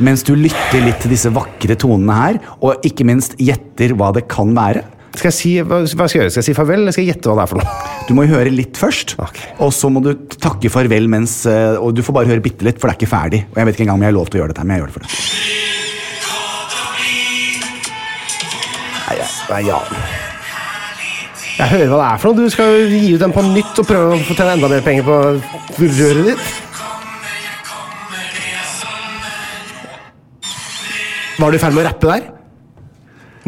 B: mens du lytter litt til disse vakre tonene her, og ikke minst gjetter hva det kan være.
A: Skal jeg si, hva, hva skal jeg gjøre? Skal jeg si farvel, eller skal jeg gjette hva det er for noe?
B: Du må jo høre litt først,
A: Ok.
B: og så må du takke farvel mens eh, Og du får bare høre bitte litt, for det er ikke ferdig. Og jeg vet ikke engang om jeg har lov til å gjøre dette, men jeg gjør det for deg.
A: Nei, jeg, nei, ja. Jeg hører hva det er for noe. Du skal jo gi ut den på nytt og prøve å få tjene enda mer penger på røret ditt. Var du i ferd med å rappe der?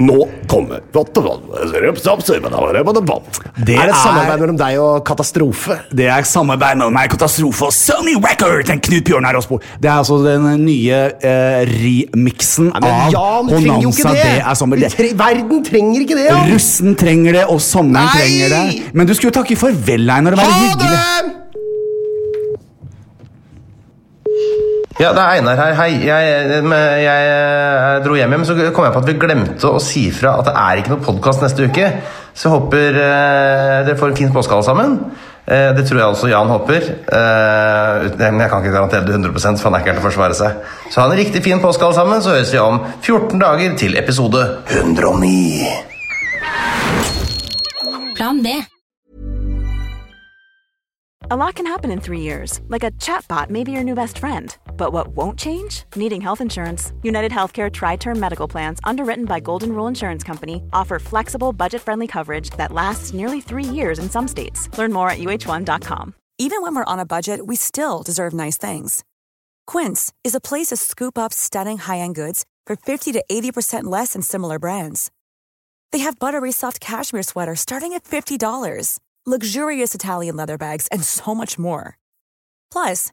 A: Nå kommer Det er
B: er-
A: et samarbeid mellom deg og Katastrofe.
B: Det er samarbeid mellom meg, Katastrofe og Sony Record! Den Knut Bjørnar Aasbo. Det er altså den nye eh, remixen
A: Nei, men
B: av
A: Jan trenger jo ikke
B: Bonanza.
A: det!
B: Det er sommer.
A: Vi
B: Det,
A: tre, verden trenger ikke det! Jan.
B: russen trenger det, og sommeren
A: Nei!
B: trenger det. Men du skulle jo takke farvel, Einar. og være hyggelig.
A: Ja, det er Einar her. Hei. Jeg, jeg, jeg dro hjem igjen, men så kom jeg på at vi glemte å si fra at det er ikke noe podkast neste uke. Så jeg håper eh, dere får en fin påske alle sammen. Eh, det tror jeg også Jan håper. Eh, uten- men jeg kan ikke garantere det 100 for han er ikke her til å forsvare seg. Så ha en riktig fin påske alle sammen, så høres vi om 14 dager til episode 109.
E: Plan B.
D: A lot can happen in three years, like a chatbot may be your new best friend. But what won't change? Needing health insurance. United Healthcare Tri Term Medical Plans, underwritten by Golden Rule Insurance Company, offer flexible, budget friendly coverage that lasts nearly three years in some states. Learn more at uh1.com.
F: Even when we're on a budget, we still deserve nice things. Quince is a place to scoop up stunning high-end goods for 50 to 80% less than similar brands. They have buttery soft cashmere sweaters starting at $50, luxurious Italian leather bags, and so much more. Plus,